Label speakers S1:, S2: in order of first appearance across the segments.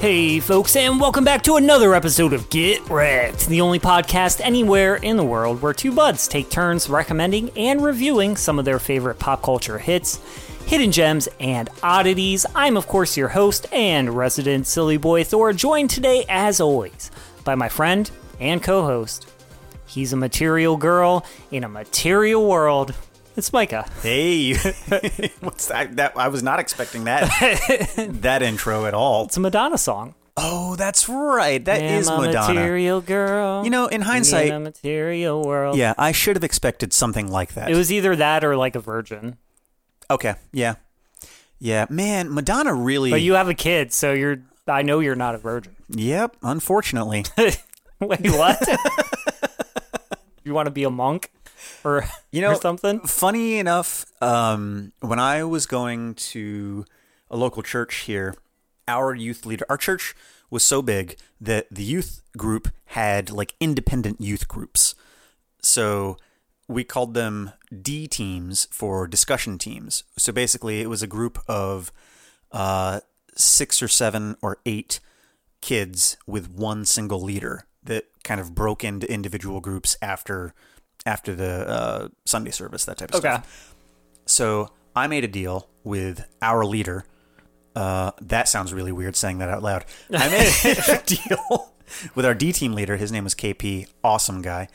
S1: Hey, folks, and welcome back to another episode of Get Wrecked, the only podcast anywhere in the world where two buds take turns recommending and reviewing some of their favorite pop culture hits, hidden gems, and oddities. I'm, of course, your host and resident silly boy Thor, joined today, as always, by my friend and co host. He's a material girl in a material world. It's Micah.
S2: Hey, what's that? that? I was not expecting that that intro at all.
S1: It's a Madonna song.
S2: Oh, that's right. That
S1: I'm
S2: is
S1: a
S2: Madonna.
S1: material girl.
S2: You know, in
S1: in a
S2: hindsight,
S1: material world.
S2: yeah, I should have expected something like that.
S1: It was either that or like a virgin.
S2: okay, yeah, yeah. Man, Madonna really.
S1: But you have a kid, so you're. I know you're not a virgin.
S2: yep. Unfortunately,
S1: Wait, what? you want to be a monk, or
S2: You know,
S1: or something?
S2: funny enough, um, when I was going to a local church here, our youth leader, our church was so big that the youth group had like independent youth groups. So we called them D teams for discussion teams. So basically, it was a group of uh, six or seven or eight kids with one single leader that kind of broke into individual groups after after the uh, Sunday service, that type of
S1: Okay.
S2: stuff. So I made a deal with our leader. Uh, that sounds really weird saying that out loud. I made a deal with our D team leader. His name was KP. Awesome guy.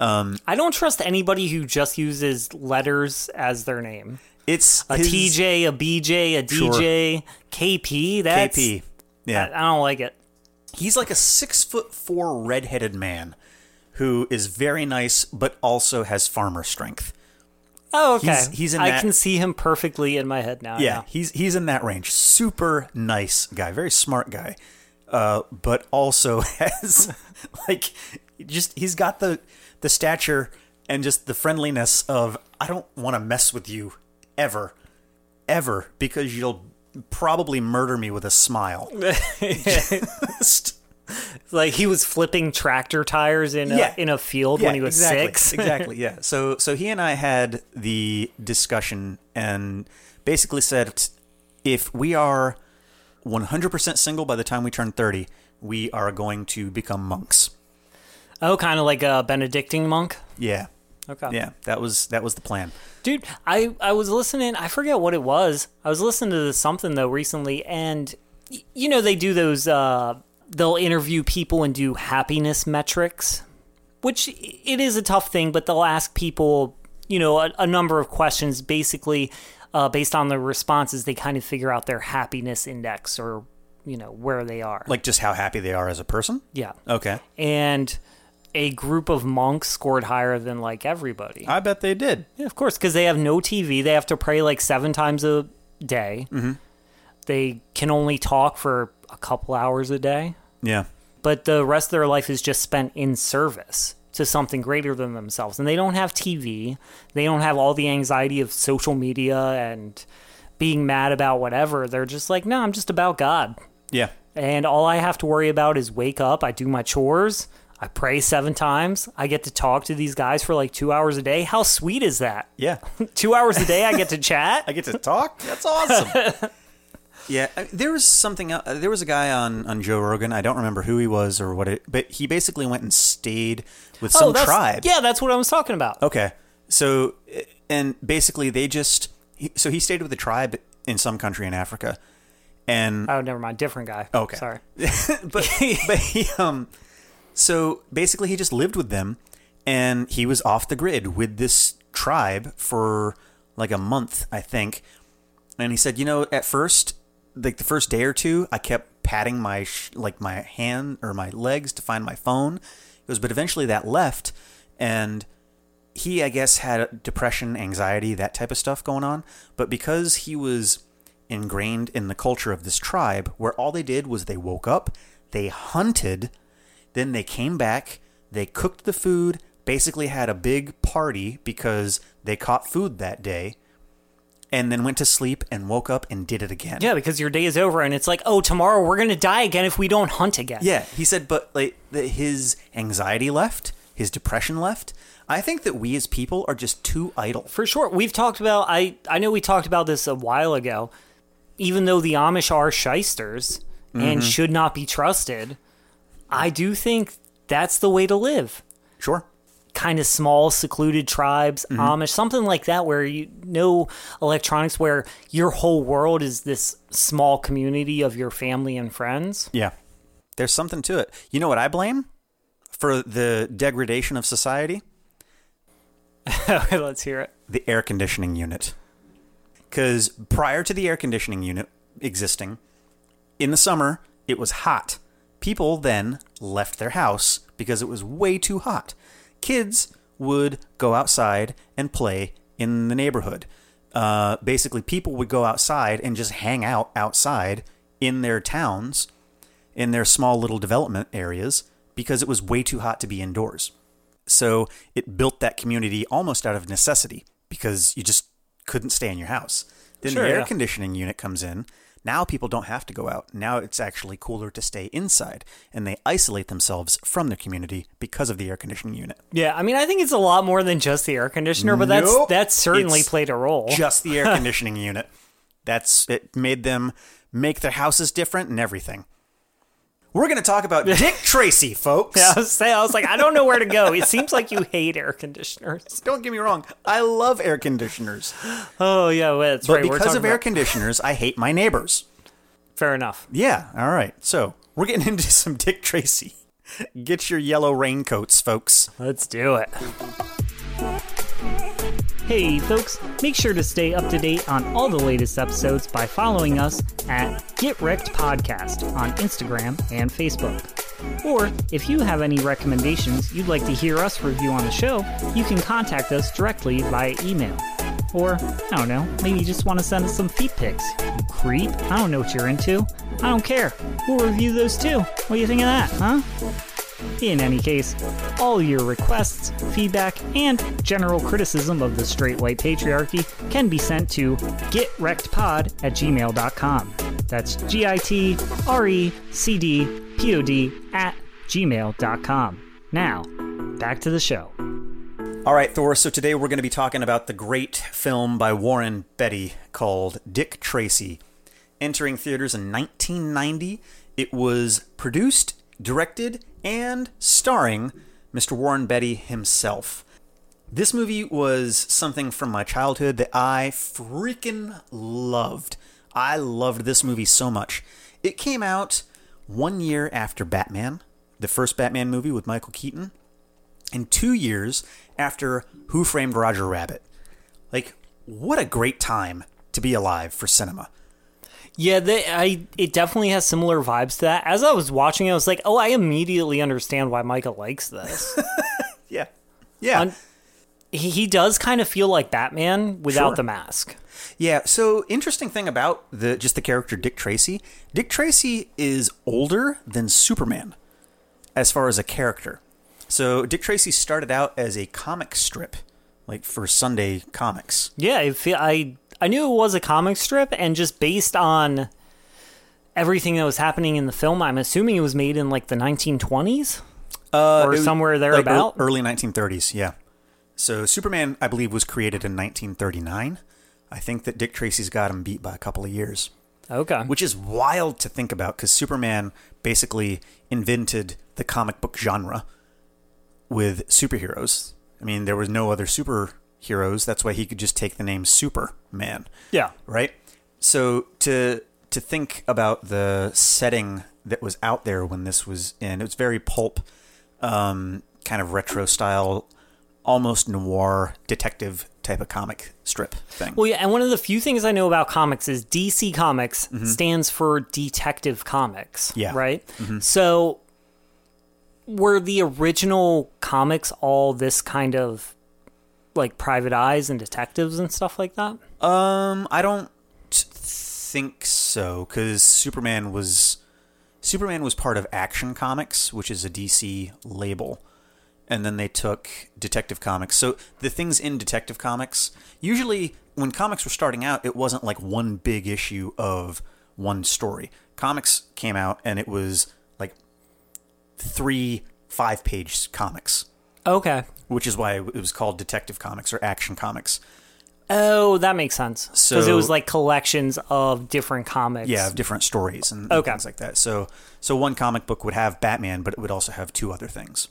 S1: I don't trust anybody who just uses letters as their name.
S2: It's
S1: A
S2: his
S1: TJ, a BJ, a DJ, KP. That's
S2: KP. Yeah.
S1: I I don't like it.
S2: uh, He's like a six foot four redheaded man who is very nice, but also has farmer strength.
S1: Oh, okay.
S2: He's- he's in
S1: I
S2: that-
S1: can see him perfectly in my head now.
S2: Yeah, he's he's in that range. Super nice guy, very smart guy, uh, but also has like just he's got the the stature and just the friendliness of I don't want to mess with you ever, ever because you'll probably murder me with a smile. Just-
S1: Like he was flipping tractor tires in
S2: Yeah.
S1: a, in a field when he was
S2: exactly,
S1: six.
S2: exactly. Yeah. So so he and I had the discussion and basically said if we are 100% single by the time we turn 30, we are going to become monks.
S1: Oh, kind of like a Benedictine monk.
S2: Yeah.
S1: Okay.
S2: Yeah, that was that was the plan.
S1: Dude, I, I was listening. I forget what it was. I was listening to this something though recently, and y- you know they do those. Uh, they'll interview people and do happiness metrics, which it is a tough thing. But they'll ask people, you know, a, a number of questions, basically uh, based on the responses. They kind of figure out their happiness index or you know where they are.
S2: Like just how happy they are as a person?
S1: yeah,
S2: Okay.
S1: and a group of monks scored higher than like everybody.
S2: I bet they did.
S1: Yeah, of course, because they have no TV. They have to pray like seven times a day. Mm-hmm. They can only talk for a couple hours a day,
S2: Yeah.
S1: but the rest of their life is just spent in service to something greater than themselves. And they don't have TV. They don't have all the anxiety of social media and being mad about whatever. They're just like, no, I'm just about God.
S2: Yeah.
S1: And all I have to worry about is wake up, I do my chores, I pray seven times, I get to talk to these guys for like two hours a day. How sweet is that?
S2: Yeah.
S1: two hours a day I get to chat.
S2: I get to talk. That's awesome. yeah, I, there was something. el- uh, There was a guy on on Joe Rogan. I don't remember who he was or what it, but he basically went and stayed with some
S1: Oh, that's,
S2: tribe. Oh.
S1: Yeah, that's what I was talking about.
S2: Okay. So, uh, and basically they just. He, so he stayed with a tribe in some country in Africa, and
S1: Oh, never mind. Different guy.
S2: Okay.
S1: Sorry.
S2: but but he um so basically he just lived with them and he was off the grid with this tribe for like a month I think and he said you know at first like the first day or two I kept patting my sh- like my hand or my legs to find my phone it was but eventually that left and he I guess had depression anxiety that type of stuff going on but because he was ingrained in the culture of this tribe where all they did was they woke up, they hunted, then they came back, they cooked the food, basically had a big party because they caught food that day, and then went to sleep and woke up and did it again.
S1: Yeah, because your day is over and it's like, oh, tomorrow we're going to die again if we don't hunt again.
S2: Yeah, he said, but like that his anxiety left, his depression left. I think that we as people are just too idle.
S1: For sure. We've talked about, I, I know we talked about this a while ago. Even though the Amish are shysters,
S2: Mm-hmm.
S1: and should not be trusted, I do think that's the way to live.
S2: Sure.
S1: Kind of small, secluded tribes, Amish, something like that, where you no electronics, where your whole world is this small community of your family and friends.
S2: Yeah. There's something to it. You know what I blame for the degradation of society?
S1: Okay, Let's hear it.
S2: The air conditioning unit. Because prior to the air conditioning unit existing, in the summer, it was hot. People then left their house because it was way too hot. Kids would go outside and play in the neighborhood. Uh, basically, people would go outside and just hang out outside in their towns, in their small little development areas, because it was way too hot to be indoors. So it built that community almost out of necessity because you just couldn't stay in your house. Then
S1: Sure,
S2: the air
S1: yeah.
S2: conditioning unit comes in. Now people don't have to go out. Now it's actually cooler to stay inside, and they isolate themselves from their community because of the air conditioning unit.
S1: Yeah, I mean, I think it's a lot more than just the air conditioner, but that's
S2: Nope.
S1: that's certainly
S2: It's
S1: played a role.
S2: Just the air conditioning unit. That's it made them make their houses different and everything. We're going to talk about Dick Tracy, folks.
S1: I was saying, I was like, I don't know where to go. It seems like you hate air conditioners.
S2: Don't get me wrong. I love air conditioners.
S1: Oh yeah, well, that's
S2: But
S1: right. We're
S2: because
S1: talking
S2: of air
S1: about-
S2: conditioners, I hate my neighbors.
S1: fair enough.
S2: Yeah, all right. So we're getting into some Dick Tracy. Get your yellow raincoats, folks.
S1: Let's do it. Hey, folks, make sure to stay up to date on all the latest episodes by following us at Get Wrecked Podcast on Instagram and Facebook. Or if you have any recommendations you'd like to hear us review on the show, you can contact us directly via email. Or, I don't know, maybe you just want to send us some feet pics. You creep. I don't know what you're into. I don't care. We'll review those too. What do you think of that, huh? In any case, all your requests, feedback, and general criticism of the straight white patriarchy can be sent to getrectpod at gmail.com. That's G I T R E C D P O D at gmail.com. Now, back to the show.
S2: All right, Thor. So today we're going to be talking about the great film by Warren Beatty called Dick Tracy. Entering theaters in 1990, it was produced, directed, and starring Mr. Warren Beatty himself. This movie was something from my childhood that I freaking loved. I loved this movie so much. It came out one year after Batman, the first Batman movie with Michael Keaton and two years after Who Framed Roger Rabbit. Like, what a great time to be alive for cinema.
S1: Yeah, they, I it definitely has similar vibes to that. As I was watching, it, I was like, "Oh, I immediately understand why Michael likes this."
S2: Yeah. Yeah.
S1: Un- he, he does kind of feel like Batman without
S2: Sure.
S1: the mask.
S2: yeah. So interesting thing about the just the character Dick Tracy. Dick Tracy is older than Superman as far as a character. So Dick Tracy started out as a comic strip, like for Sunday comics.
S1: Yeah, it feel, I I knew it was a comic strip, and just based on everything that was happening in the film, I'm assuming it was made in like the 1920s
S2: Uh,
S1: or
S2: it was
S1: somewhere
S2: like ear-
S1: thereabout.
S2: early 1930s, yeah. So Superman, I believe, was created in 1939. I think that Dick Tracy's got him beat by a couple of years,
S1: okay,
S2: which is wild to think about because Superman basically invented the comic book genre with superheroes. I mean, there was no other superheroes. That's why he could just take the name Superman
S1: yeah,
S2: right? So to to think about the setting that was out there when this was in, it was very pulp, um, kind of retro style, almost noir detective type of comic strip thing.
S1: well, yeah. And one of the few things I know about comics is DC Comics stands for Detective Comics.
S2: Mm-hmm. Yeah. Mm-hmm.
S1: right. So were the original comics all this kind of like private eyes and detectives and stuff like that?
S2: Um, I don't think so because Superman was Superman was part of Action Comics, which is a DC label, and then they took Detective Comics. So the things in Detective Comics usually when comics were starting out, it wasn't like one big issue of one story. Comics came out and it was like three five page comics
S1: Okay,
S2: which is why it was called Detective Comics or Action Comics.
S1: Oh, that makes sense. Because it
S2: So-
S1: was like collections of different comics.
S2: Yeah, of different stories and, and
S1: Okay.
S2: things like that. So so one comic book would have Batman, but it would also have two other things.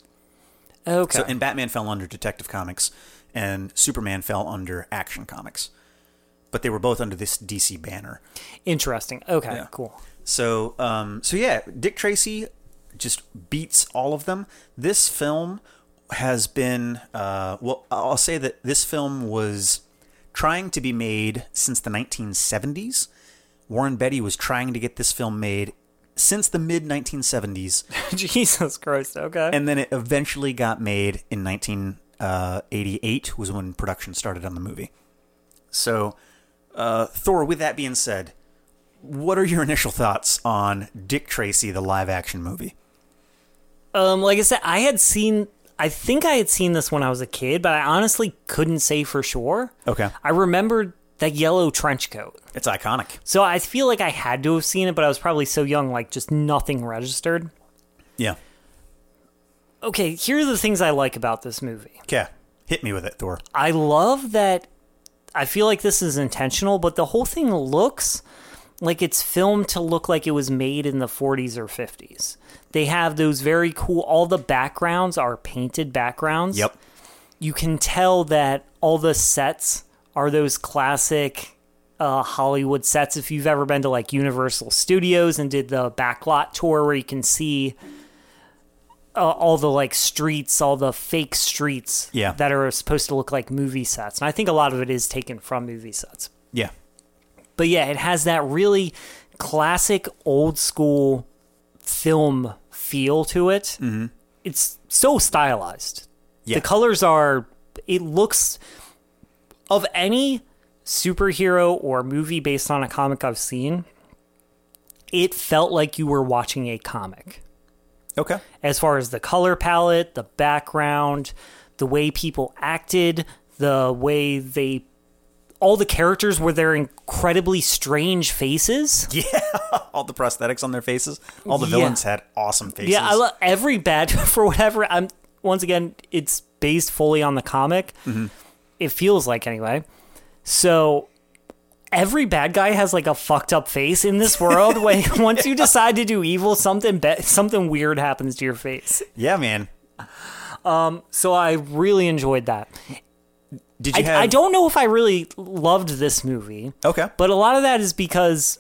S1: Okay.
S2: So and Batman fell under Detective Comics, and Superman fell under Action Comics, but they were both under this DC banner.
S1: Interesting. Okay.
S2: Yeah.
S1: Cool.
S2: So, um, so yeah, Dick Tracy just beats all of them. This film has been, uh, well, I'll say that this film was trying to be made since the 1970s. Warren Betty was trying to get this film made since the mid 1970s,
S1: Jesus Christ. Okay.
S2: and then it eventually got made in 1988 was when production started on the movie. So, uh, Thor. With that being said, what are your initial thoughts on Dick Tracy, the live-action movie?
S1: um, like I said, I had seen. I think I had seen this when I was a kid, but I honestly couldn't say for sure.
S2: Okay,
S1: I remembered that yellow trench coat.
S2: it's iconic.
S1: So I feel like I had to have seen it, but I was probably so young, like just nothing registered.
S2: Yeah.
S1: Okay, here are the things I like about this movie.
S2: Okay, hit me with it, Thor.
S1: I love that. I feel like this is intentional, but the whole thing looks like it's filmed to look like it was made in the 40s or 50s. They have those very cool, all the backgrounds are painted backgrounds.
S2: Yep.
S1: You can tell that all the sets are those classic uh, Hollywood sets. If you've ever been to like Universal Studios and did the backlot tour where you can see uh, all the like streets, all the fake streets
S2: Yeah.
S1: that are supposed to look like movie sets. And I think a lot of it is taken from movie sets.
S2: Yeah.
S1: But yeah, it has that really classic old school film feel to it. Mm-hmm. It's so stylized.
S2: Yeah.
S1: The colors are, it looks, of any superhero or movie based on a comic I've seen, it felt like you were watching a comic
S2: Okay.
S1: as far as the color palette, the background, the way people acted, the way they all the characters were their incredibly strange faces. Yeah,
S2: All the prosthetics on their faces. All the
S1: Yeah.
S2: villains had awesome faces.
S1: I love every bad for whatever. I'm once again, it's based fully on the comic. It feels like anyway. So every bad guy has like a fucked up face in this world. when once you decide to do evil, something be- something weird happens to your face.
S2: yeah, man.
S1: So I really enjoyed that.
S2: Did
S1: I,
S2: you have?
S1: I don't know if I really loved this movie,
S2: Okay.
S1: but a lot of that is because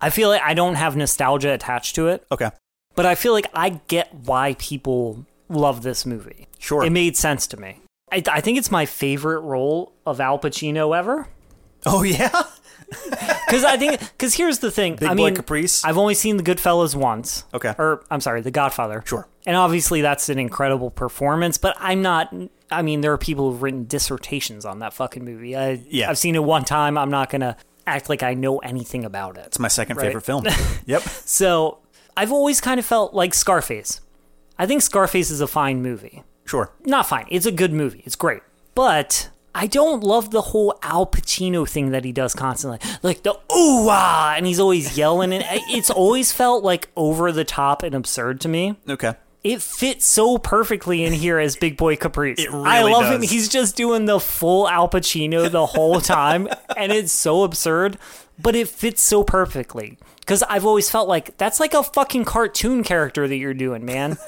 S1: I feel like I don't have nostalgia attached to it.
S2: Okay.
S1: But I feel like I get why people love this movie.
S2: Sure.
S1: It made sense to me. I, I think it's my favorite role of Al Pacino ever.
S2: oh yeah.
S1: Because I think, because here's the thing.
S2: Big
S1: I
S2: Boy
S1: mean,
S2: Caprice.
S1: I've only seen The Goodfellas once.
S2: Okay.
S1: Or, I'm sorry, The Godfather.
S2: Sure.
S1: And obviously, that's an incredible performance, but I'm not. I mean, there are people who've written dissertations on that fucking movie. I,
S2: Yeah.
S1: I've seen it one time. I'm not going to act like I know anything about it.
S2: It's my second
S1: Right.
S2: favorite film. yep.
S1: So I've always kind of felt like Scarface. I think Scarface is a fine movie.
S2: Sure.
S1: Not fine. It's a good movie. It's great. But I don't love the whole Al Pacino thing that he does constantly. Like the ooh ah, and he's always yelling. And it's always felt like over the top and absurd to me
S2: Okay.
S1: it fits so perfectly in here as Big Boy Caprice.
S2: It really
S1: I love
S2: does.
S1: him. He's just doing the full Al Pacino the whole time, and it's so absurd, but it fits so perfectly. Because I've always felt like that's like a fucking cartoon character that you're doing, man.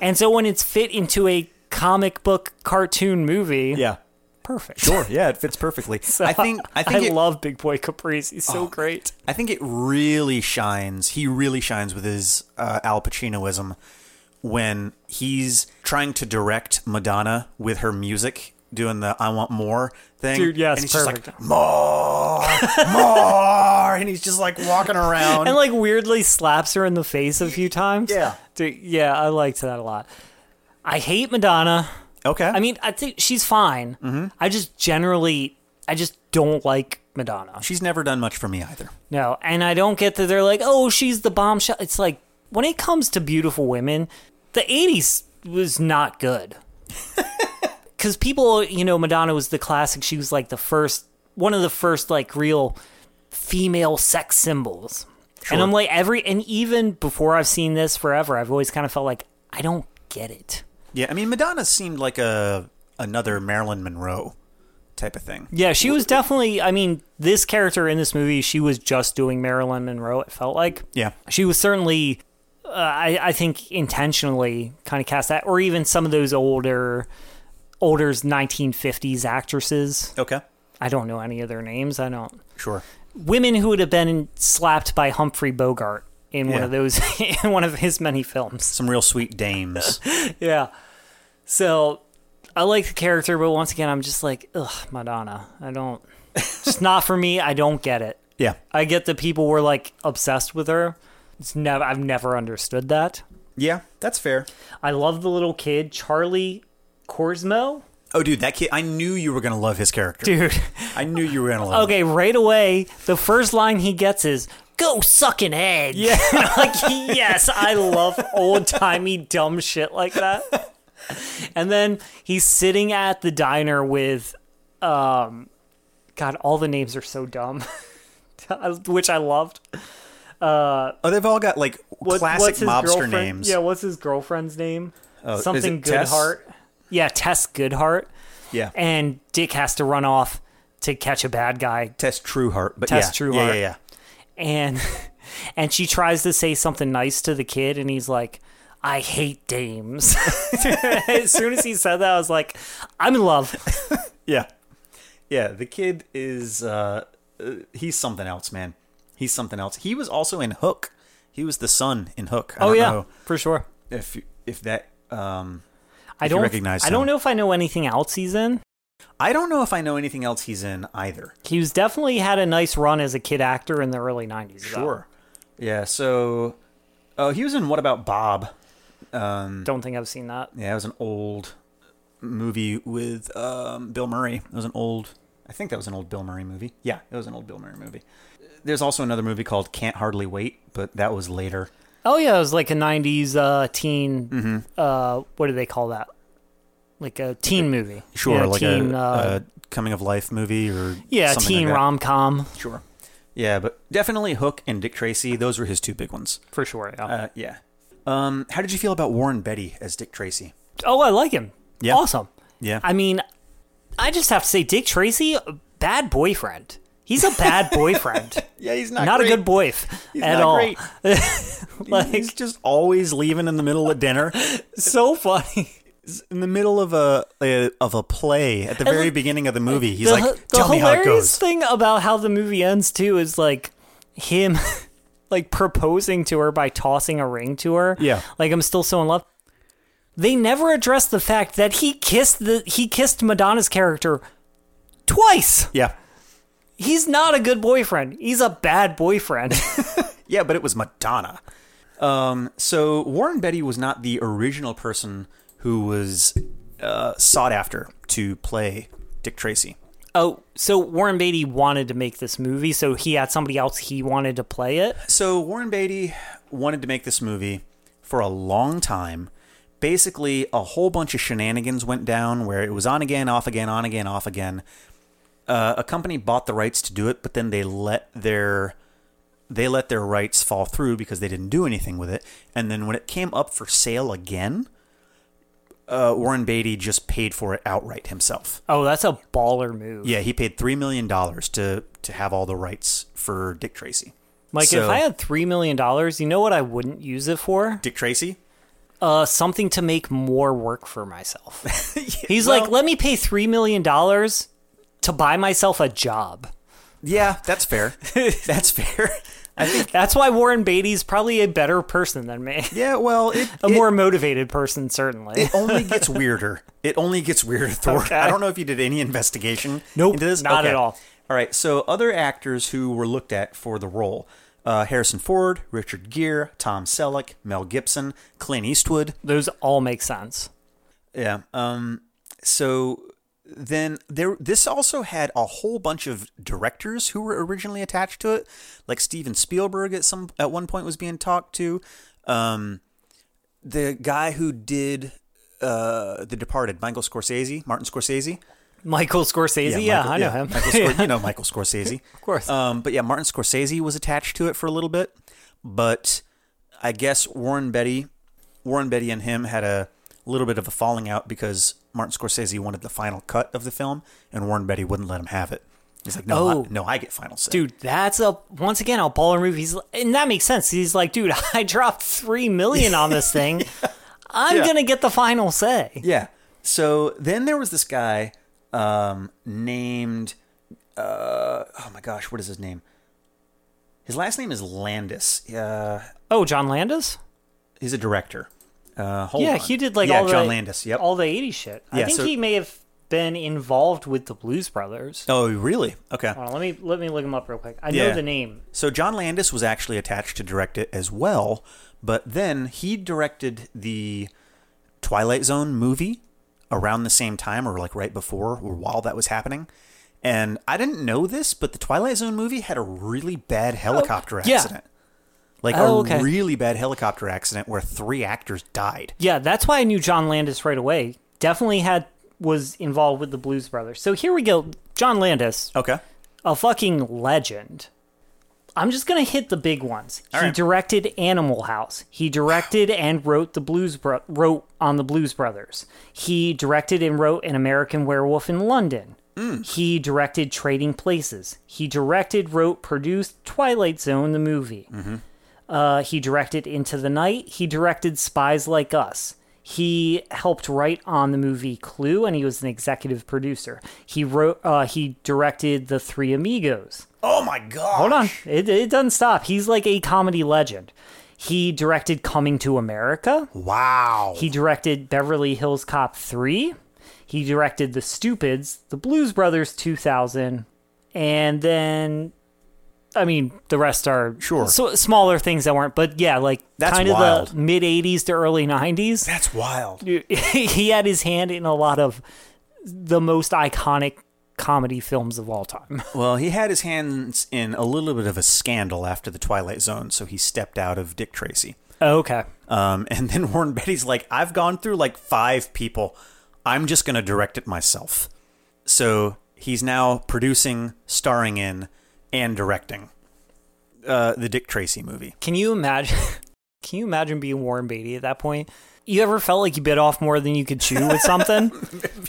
S1: and so when it's fit into a comic book cartoon movie,
S2: Yeah.
S1: perfect.
S2: Sure. Yeah, it fits perfectly. I think I think it, Oh.
S1: love Big Boy Caprice. He's so great.
S2: I think it really shines. He really shines with his uh, Al Pacinoism when he's trying to direct Madonna with her music, doing the "I want more" thing.
S1: Dude, yes,
S2: and he's just
S1: perfect.
S2: like more, more, and he's just like walking around.
S1: And like weirdly slaps her in the face a few times.
S2: Yeah.
S1: Dude, yeah, I liked that a lot. I hate Madonna.
S2: okay,
S1: I mean, I think she's fine. I just generally, I just don't like Madonna.
S2: she's never done much for me either.
S1: No, and I don't get that they're like, oh, she's the bombshell. It's like when it comes to beautiful women, the '80s was not good. Because people, you know, Madonna was the classic. She was like the first, one of the first like real female sex symbols. And I'm like every, and even before I've seen this forever, I've always kind of felt like I don't get it.
S2: Yeah, I mean Madonna seemed like a another Marilyn Monroe type of thing.
S1: Yeah, she was definitely. I mean, this character in this movie, she was just doing Marilyn Monroe. It felt like
S2: Yeah.
S1: she was certainly, uh, I, I think, intentionally kind of cast that, or even some of those older, older 1950s actresses.
S2: Okay.
S1: I don't know any of their names. I don't
S2: Sure.
S1: women who would have been slapped by Humphrey Bogart in one
S2: Yeah.
S1: of those in one of his many films.
S2: Some real sweet dames.
S1: Yeah. So I like the character, but once again, I'm just like, ugh, Madonna. I don't. It's not for me. I don't get it.
S2: yeah.
S1: I get that people were like obsessed with her. It's never. I've never understood that.
S2: Yeah, that's fair.
S1: I love the little kid, Charlie Corsmo.
S2: Oh, dude, that kid! I knew you were gonna love his character.
S1: Dude,
S2: I knew you were gonna love.
S1: okay, right away, the first line he gets is "Go suck an egg." Yeah, like yes, I love old timey dumb shit like that. And then he's sitting at the diner with, um, God, all the names are so dumb, which I loved.
S2: it. Oh, they've all got like
S1: What-
S2: classic
S1: his
S2: mobster
S1: girlfriend- Oh,
S2: names.
S1: Yeah, what's his girlfriend's name?
S2: is
S1: Something
S2: it Tess?
S1: Goodhart. Yeah, Tess Goodhart.
S2: yeah.
S1: And Dick has to run off to catch a bad guy
S2: Tess Trueheart, but
S1: Tess
S2: yeah,
S1: Trueheart.
S2: yeah, yeah, yeah.
S1: and and she tries to say something nice to the kid and he's like i hate dames as soon as he said that i was like i'm in love
S2: Yeah. Yeah, the kid is uh uh, he's something else, man. He's something else. He was also in Hook. He was the son in Hook. I
S1: oh
S2: don't
S1: yeah
S2: know
S1: for sure
S2: if you- if that um
S1: i
S2: If you
S1: don't
S2: recognize
S1: i don't
S2: him.
S1: know if i know anything else he's in
S2: I don't know if I know anything else he's in either.
S1: he was definitely had a nice run as a kid actor in the early 90s though.
S2: Yeah, so oh, he was in What About Bob? Um
S1: don't think i've seen that
S2: yeah, it was an old movie with um Bill Murray. It was an old I think that was an old Bill Murray movie. Yeah, it was an old Bill Murray movie. There's also another movie called Can't Hardly Wait, but that was later.
S1: oh yeah it was like a 90s uh teen
S2: Mm-hmm.
S1: uh what do they call that like a teen movie
S2: Sure,
S1: yeah,
S2: like
S1: teen
S2: a,
S1: uh,
S2: a coming of life movie or
S1: yeah
S2: something like
S1: teen
S2: that.
S1: rom-com
S2: Sure, yeah, but definitely Hook and Dick Tracy. Those were his two big ones.
S1: for sure yeah.
S2: Uh, yeah. Um, how did you feel about Warren Betty as Dick Tracy?
S1: oh i like him
S2: Yeah.
S1: awesome
S2: Yeah,
S1: I mean, I just have to say, Dick Tracy, a bad boyfriend. He's a bad boyfriend.
S2: yeah, he's not
S1: not
S2: great.
S1: a good boyf
S2: He's
S1: at
S2: not
S1: all.
S2: great. he's just always leaving in the middle of dinner,
S1: So funny.
S2: in the middle of a, a of a play at the very beginning of the movie. He's
S1: the
S2: like,
S1: the
S2: "Tell me how it
S1: hilarious
S2: goes."
S1: thing about how the movie ends too is like him, like proposing to her by tossing a ring to her.
S2: Yeah.
S1: like I'm still so in love. They never address the fact that he kissed the he kissed Madonna's character twice.
S2: Yeah,
S1: He's not a good boyfriend. He's a bad boyfriend.
S2: Yeah, but it was Madonna. Um, so Warren Betty was not the original person who was uh, sought after to play Dick Tracy.
S1: Oh, so Warren Beatty wanted to make this movie, so he had somebody else he wanted to play it.
S2: So Warren Beatty wanted to make this movie for a long time. Basically, a whole bunch of shenanigans went down where it was on again, off again, on again, off again. Uh, a company bought the rights to do it, but then they let their they let their rights fall through because they didn't do anything with it. And then when it came up for sale again, uh, Warren Beatty just paid for it outright himself.
S1: Oh, that's a baller move.
S2: Yeah, he paid three million dollars to to have all the rights for Dick Tracy.
S1: Like if
S2: So-
S1: I had three million dollars, you know what I wouldn't use it for?
S2: Dick Tracy,
S1: Uh, something to make more work for myself. He's
S2: well-
S1: like, let me pay three million dollars to buy myself a job.
S2: Yeah, that's fair. that's fair. I think.
S1: That's why Warren Beatty's probably a better person than me,
S2: Yeah, well, it,
S1: a
S2: it
S1: more motivated person certainly.
S2: only gets weirder. It only gets weirder, Thor. I don't know if you did any investigation.
S1: Nope,
S2: into this.
S1: not at all.
S2: All right. So other actors who were looked at for the role: uh, Harrison Ford, Richard Gere, Tom Selleck, Mel Gibson, Clint Eastwood.
S1: Those all make sense.
S2: Yeah. Um. So then there, this also had a whole bunch of directors who were originally attached to it, like Steven Spielberg at some at one point was being talked to. Um, the guy who did uh The Departed, Michael Scorsese, Martin Scorsese.
S1: Michael Scorsese, yeah,
S2: Michael-
S1: I know
S2: yeah,
S1: him.
S2: Michael Scor- you know Michael Scorsese, of
S1: course.
S2: Um, but yeah, Martin Scorsese was attached to it for a little bit, but I guess Warren Betty, Warren Betty and him had a little bit of a falling out because Martin Scorsese wanted the final cut of the film, and Warren Betty wouldn't let him have it. He's like, no,
S1: Oh.
S2: I, no, I get final say.
S1: Dude, that's a once again a baller move. He's and that makes sense. He's like, dude, I dropped three million on this thing. I'm
S2: Yeah.
S1: gonna get the final say.
S2: Yeah. So then there was this guy um, named, uh, oh my gosh, what is his name? His last name is Landis. Uh,
S1: Oh, John Landis?
S2: he's a director. Uh, hold
S1: Yeah,
S2: on.
S1: he did like
S2: yeah,
S1: all the
S2: John Landis. Yep.
S1: all the '80s shit. I
S2: Yeah,
S1: think
S2: so-
S1: he may have been involved with the Blues Brothers.
S2: oh, really? Okay.
S1: Hold on, let me let me look him up real quick. I
S2: Yeah.
S1: know the name.
S2: So John Landis was actually attached to direct it as well, but then he directed the Twilight Zone movie around the same time or like right before or while that was happening. And I didn't know this, but the Twilight Zone movie had a really bad helicopter
S1: Oh, yeah.
S2: accident. Like
S1: Oh,
S2: a
S1: okay.
S2: really bad helicopter accident where three actors died.
S1: Yeah, that's why I knew John Landis right away. Definitely had was involved with the Blues Brothers. So here we go. John Landis,
S2: Okay.
S1: a fucking legend. I'm just gonna hit the big ones.
S2: All
S1: he
S2: right.
S1: directed Animal House. He directed and wrote the Blues Bro- wrote on the Blues Brothers. He directed and wrote An American Werewolf in London.
S2: Hmm.
S1: He directed Trading Places. He directed, wrote, produced Twilight Zone the movie.
S2: Hmm.
S1: Uh, he directed Into the Night. He directed Spies Like Us. He helped write on the movie Clue, and he was an executive producer. He wrote. Uh, he directed The Three Amigos.
S2: Oh my god.
S1: Hold on, it, it doesn't stop. He's like a comedy legend. He directed Coming to America.
S2: Wow.
S1: He directed Beverly Hills Cop 3. He directed The Stupids, The Blues Brothers 2000, and then I mean, the rest are
S2: Sure.
S1: so, smaller things that weren't, but yeah, like
S2: That's
S1: kind of
S2: wild.
S1: the mid 80s to early 90s.
S2: That's wild.
S1: he had his hand in a lot of the most iconic comedy films of all time.
S2: Well, he had his hands in a little bit of a scandal after the Twilight Zone, so he stepped out of Dick Tracy.
S1: okay.
S2: Um, and then Warren Betty's like, I've gone through like five people. I'm just going to direct it myself. So he's now producing, starring in, and directing uh, the Dick Tracy movie.
S1: Can you imagine? Can you imagine being Warren Beatty at that point? You ever felt like you bit off more than you could chew with something?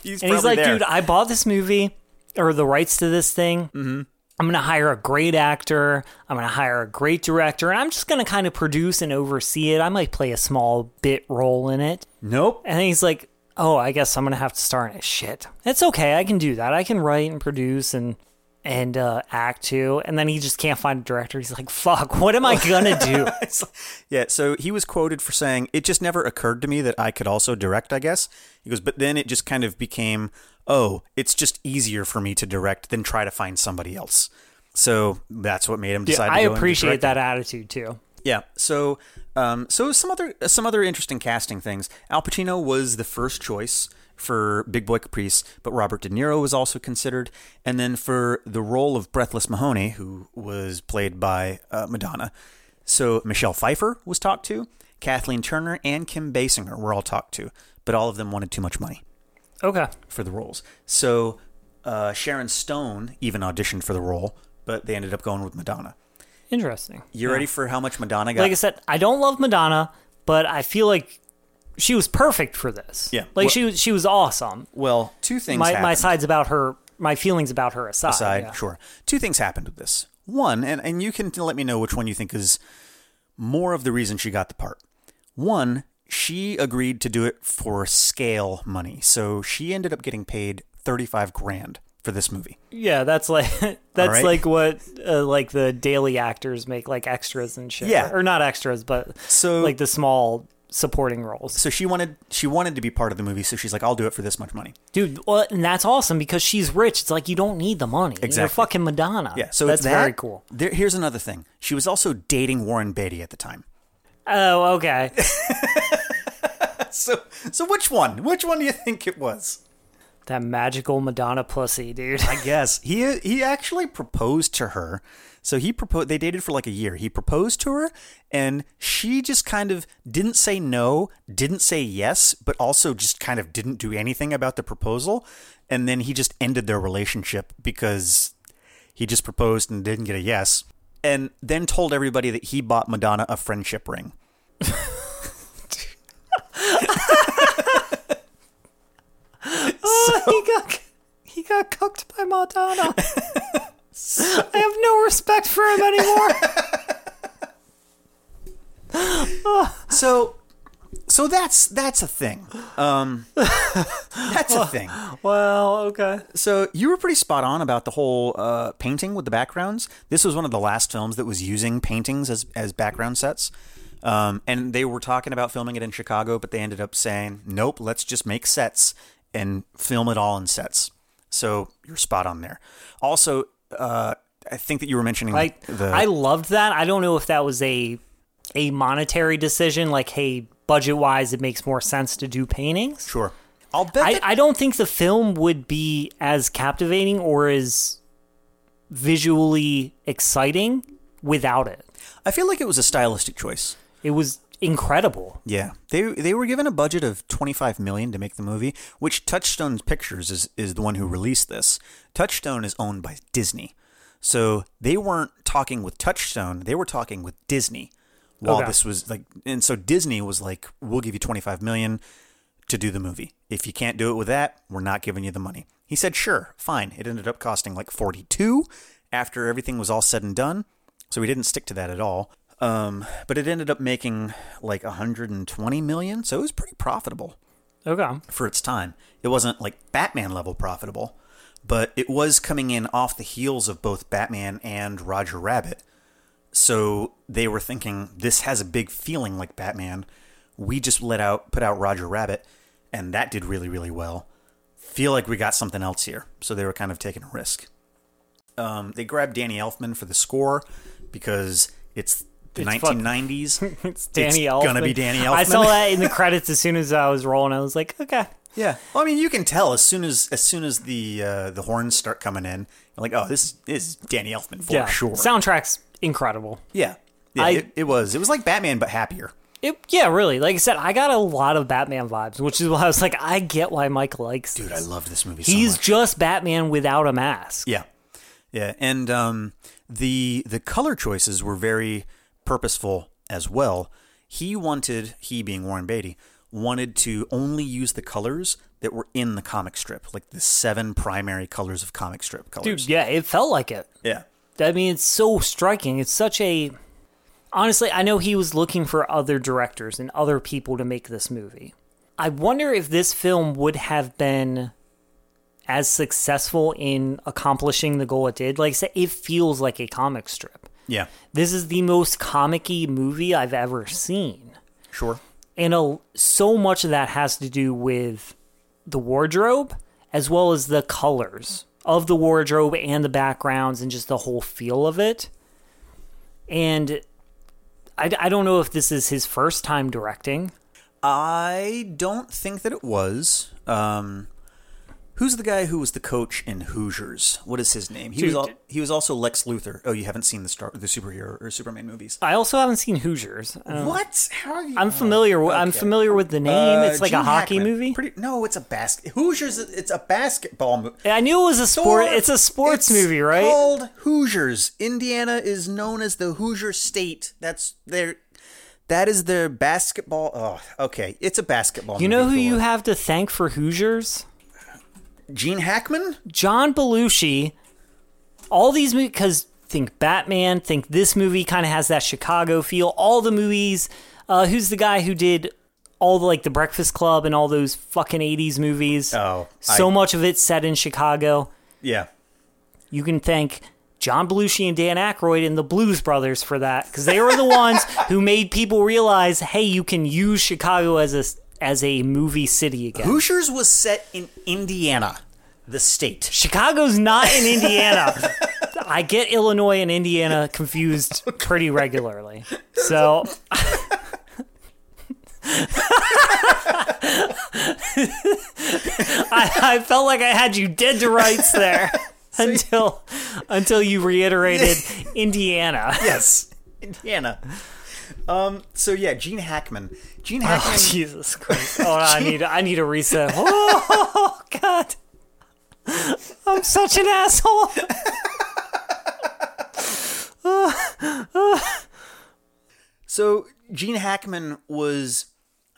S2: He's
S1: And he's like, dude, I bought this movie or the rights to this thing. Mm-hmm. I'm going to hire a great actor. I'm going to hire a great director. And I'm just going to kind of produce and oversee it. I might play a small bit role in it.
S2: nope.
S1: And he's like, oh, I guess I'm going to have to star in it. Shit. It's okay. I can do that. I can write and produce and. And uh, act too, and then he just can't find a director. He's like, "Fuck, what am I gonna do?"
S2: It's like- yeah, so he was quoted for saying, It just never occurred to me that I could also direct, I guess. He goes, But then it just kind of became, Oh, it's just easier for me to direct than try to find somebody else. So that's what made him decide. to
S1: I
S2: go into
S1: appreciate
S2: directing.
S1: that attitude too.
S2: Yeah. So, um, so some other some other interesting casting things. Al Pacino was the first choice for Big Boy Caprice, but Robert De Niro was also considered. And then for the role of Breathless Mahoney, who was played by uh, Madonna, so Michelle Pfeiffer was talked to. Kathleen Turner and Kim Basinger were all talked to, but all of them wanted too much money
S1: Okay.
S2: for the roles. So uh, Sharon Stone even auditioned for the role, but they ended up going with Madonna.
S1: Interesting.
S2: You ready for how much Madonna got?
S1: Like I said, I don't love Madonna, but I feel like she was perfect for this.
S2: Yeah.
S1: Like
S2: Well-
S1: she was she was awesome.
S2: Well, two things.
S1: My my
S2: happened.
S1: sides about her my feelings about her aside.
S2: side,
S1: yeah.
S2: sure. Two things happened with this. One, and, and you can let me know which one you think is more of the reason she got the part. One, she agreed to do it for scale money. So she ended up getting paid 35 grand for this movie.
S1: Yeah, that's like that's
S2: right.
S1: like what uh, like the daily actors make like extras and shit.
S2: Yeah.
S1: Or not extras, but
S2: So
S1: like the small supporting roles.
S2: so she wanted she wanted to be part of the movie, so she's like, I'll do it for this much money.
S1: Dude, well, and that's awesome because she's rich. It's like you don't need the money. You're
S2: Exactly.
S1: fucking Madonna.
S2: Yeah, so
S1: that's
S2: it's that.
S1: very cool.
S2: There, here's another thing. She was also dating Warren Beatty at the time.
S1: Oh, okay.
S2: So so which one? Which one do you think it was?
S1: that magical Madonna pussy, dude.
S2: I guess he he actually proposed to her. So he proposed. They dated for like a year. He proposed to her, and she just kind of didn't say no, didn't say yes, but also just kind of didn't do anything about the proposal. And then he just ended their relationship because he just proposed and didn't get a yes, and then told everybody that he bought Madonna a friendship ring.
S1: he got he got cooked by Madonna. I have no respect for him anymore.
S2: So, so that's that's a thing. Um, that's a thing.
S1: well, okay.
S2: So you were pretty spot on about the whole uh, painting with the backgrounds. This was one of the last films that was using paintings as as background sets. Um, and they were talking about filming it in Chicago, but they ended up saying, "Nope, let's just make sets and film it all in sets." So you're spot on there. Also, uh, I think that you were mentioning
S1: I
S2: the
S1: I loved that. I don't know if that was a a monetary decision, like hey, budget wise, it makes more sense to do paintings.
S2: sure. I'll bet
S1: I,
S2: that-
S1: I don't think the film would be as captivating or as visually exciting without it.
S2: I feel like it was a stylistic choice.
S1: It was incredible.
S2: Yeah, they they were given a budget of 25 million to make the movie, which Touchstone Pictures is is the one who released this. Touchstone is owned by Disney, so they weren't talking with Touchstone; they were talking with Disney. While
S1: Okay.
S2: this was like, and so Disney was like, "We'll give you 25 million to do the movie. If you can't do it with that, we're not giving you the money." He said, "Sure, fine." It ended up costing like 42 after everything was all said and done. So he didn't stick to that at all. Um, but it ended up making like 120 million, so it was pretty profitable
S1: Okay.
S2: for its time. It wasn't like Batman level profitable, but it was coming in off the heels of both Batman and Roger Rabbit. So they were thinking this has a big feeling like Batman. We just let out put out Roger Rabbit and that did really really well. Feel like we got something else here. So they were kind of taking a risk. Um, they grabbed Danny Elfman for the score because it's the
S1: It's fuck-
S2: 1990s.
S1: It's Danny
S2: It's
S1: Elfman.
S2: gonna be Danny
S1: I
S2: Elfman.
S1: saw that in the credits as soon as I was rolling. I was like, okay.
S2: Yeah, well, I mean, you can tell as soon as as soon as the uh, the horns start coming in, you're like, oh, this is Danny Elfman for
S1: Yeah.
S2: sure.
S1: Soundtrack's incredible.
S2: yeah, yeah,
S1: I-
S2: it, it was it was like Batman but happier.
S1: It, yeah, really. Like I said, I got a lot of Batman vibes, which is why I was like, I get why Mike likes
S2: Dude, I loved this movie.
S1: He's
S2: so much.
S1: just Batman without a mask.
S2: yeah, yeah, and um, the the color choices were very purposeful as well. He wanted he being Warren Beatty wanted to only use the colors that were in the comic strip, like the seven primary colors of comic strip colors.
S1: Dude, yeah, it felt like it.
S2: Yeah,
S1: I mean, it's so striking. It's such a. Honestly, I know he was looking for other directors and other people to make this movie. I wonder if this film would have been as successful in accomplishing the goal it did. Like I said, it feels like a comic strip.
S2: yeah,
S1: This is the most comic y movie I've ever seen.
S2: sure.
S1: and a, so much of that has to do with the wardrobe as well as the colors of the wardrobe and the backgrounds and just the whole feel of it and i, I don't know if this is his first time directing
S2: I don't think that it was. Um, who's the guy who was the coach in Hoosiers? What is his name? He was al-
S1: Dude.
S2: he was also Lex Luthor. Oh, you haven't seen the star the superhero or Superman movies?
S1: i also haven't seen hoosiers I don't-
S2: What? How are you?
S1: Uh, i'm familiar with i'm
S2: Oh, Okay.
S1: familiar with the name
S2: Uh,
S1: it's like
S2: Gene
S1: a hockey
S2: Hackman.
S1: movie
S2: Pretty, no, it's a basket. Hoosiers. It's a basketball movie.
S1: i knew it was a sport it's a sports movie right
S2: Called Hoosiers. Indiana is known as the Hoosier State. That's their. That is their basketball. Oh, okay. It's a basketball.
S1: you know who
S2: movie,
S1: you
S2: Thor.
S1: have to thank for hoosiers
S2: Gene Hackman.
S1: John Belushi, all these movies, because think Batman, think this movie kind of has that Chicago feel. All the movies, uh, who's the guy who did all the, like the Breakfast Club and all those fucking eighties movies?
S2: Oh,
S1: so
S2: I-
S1: much of it's set in Chicago.
S2: Yeah.
S1: You can thank John Belushi and Dan Aykroyd and the Blues Brothers for that because they were the ones who made people realize, hey, you can use Chicago as a as a movie city again.
S2: Hoosiers was set in Indiana, the state.
S1: Chicago's not in Indiana. I get Illinois and Indiana confused pretty regularly. So I, I felt like I had you dead to rights there until until you reiterated Indiana.
S2: Yes, Indiana. Um. So yeah, Gene Hackman. Gene
S1: Oh,
S2: Hackman.
S1: Jesus Christ! Oh, I need I need a reset. Oh God, I'm such an asshole.
S2: so Gene Hackman was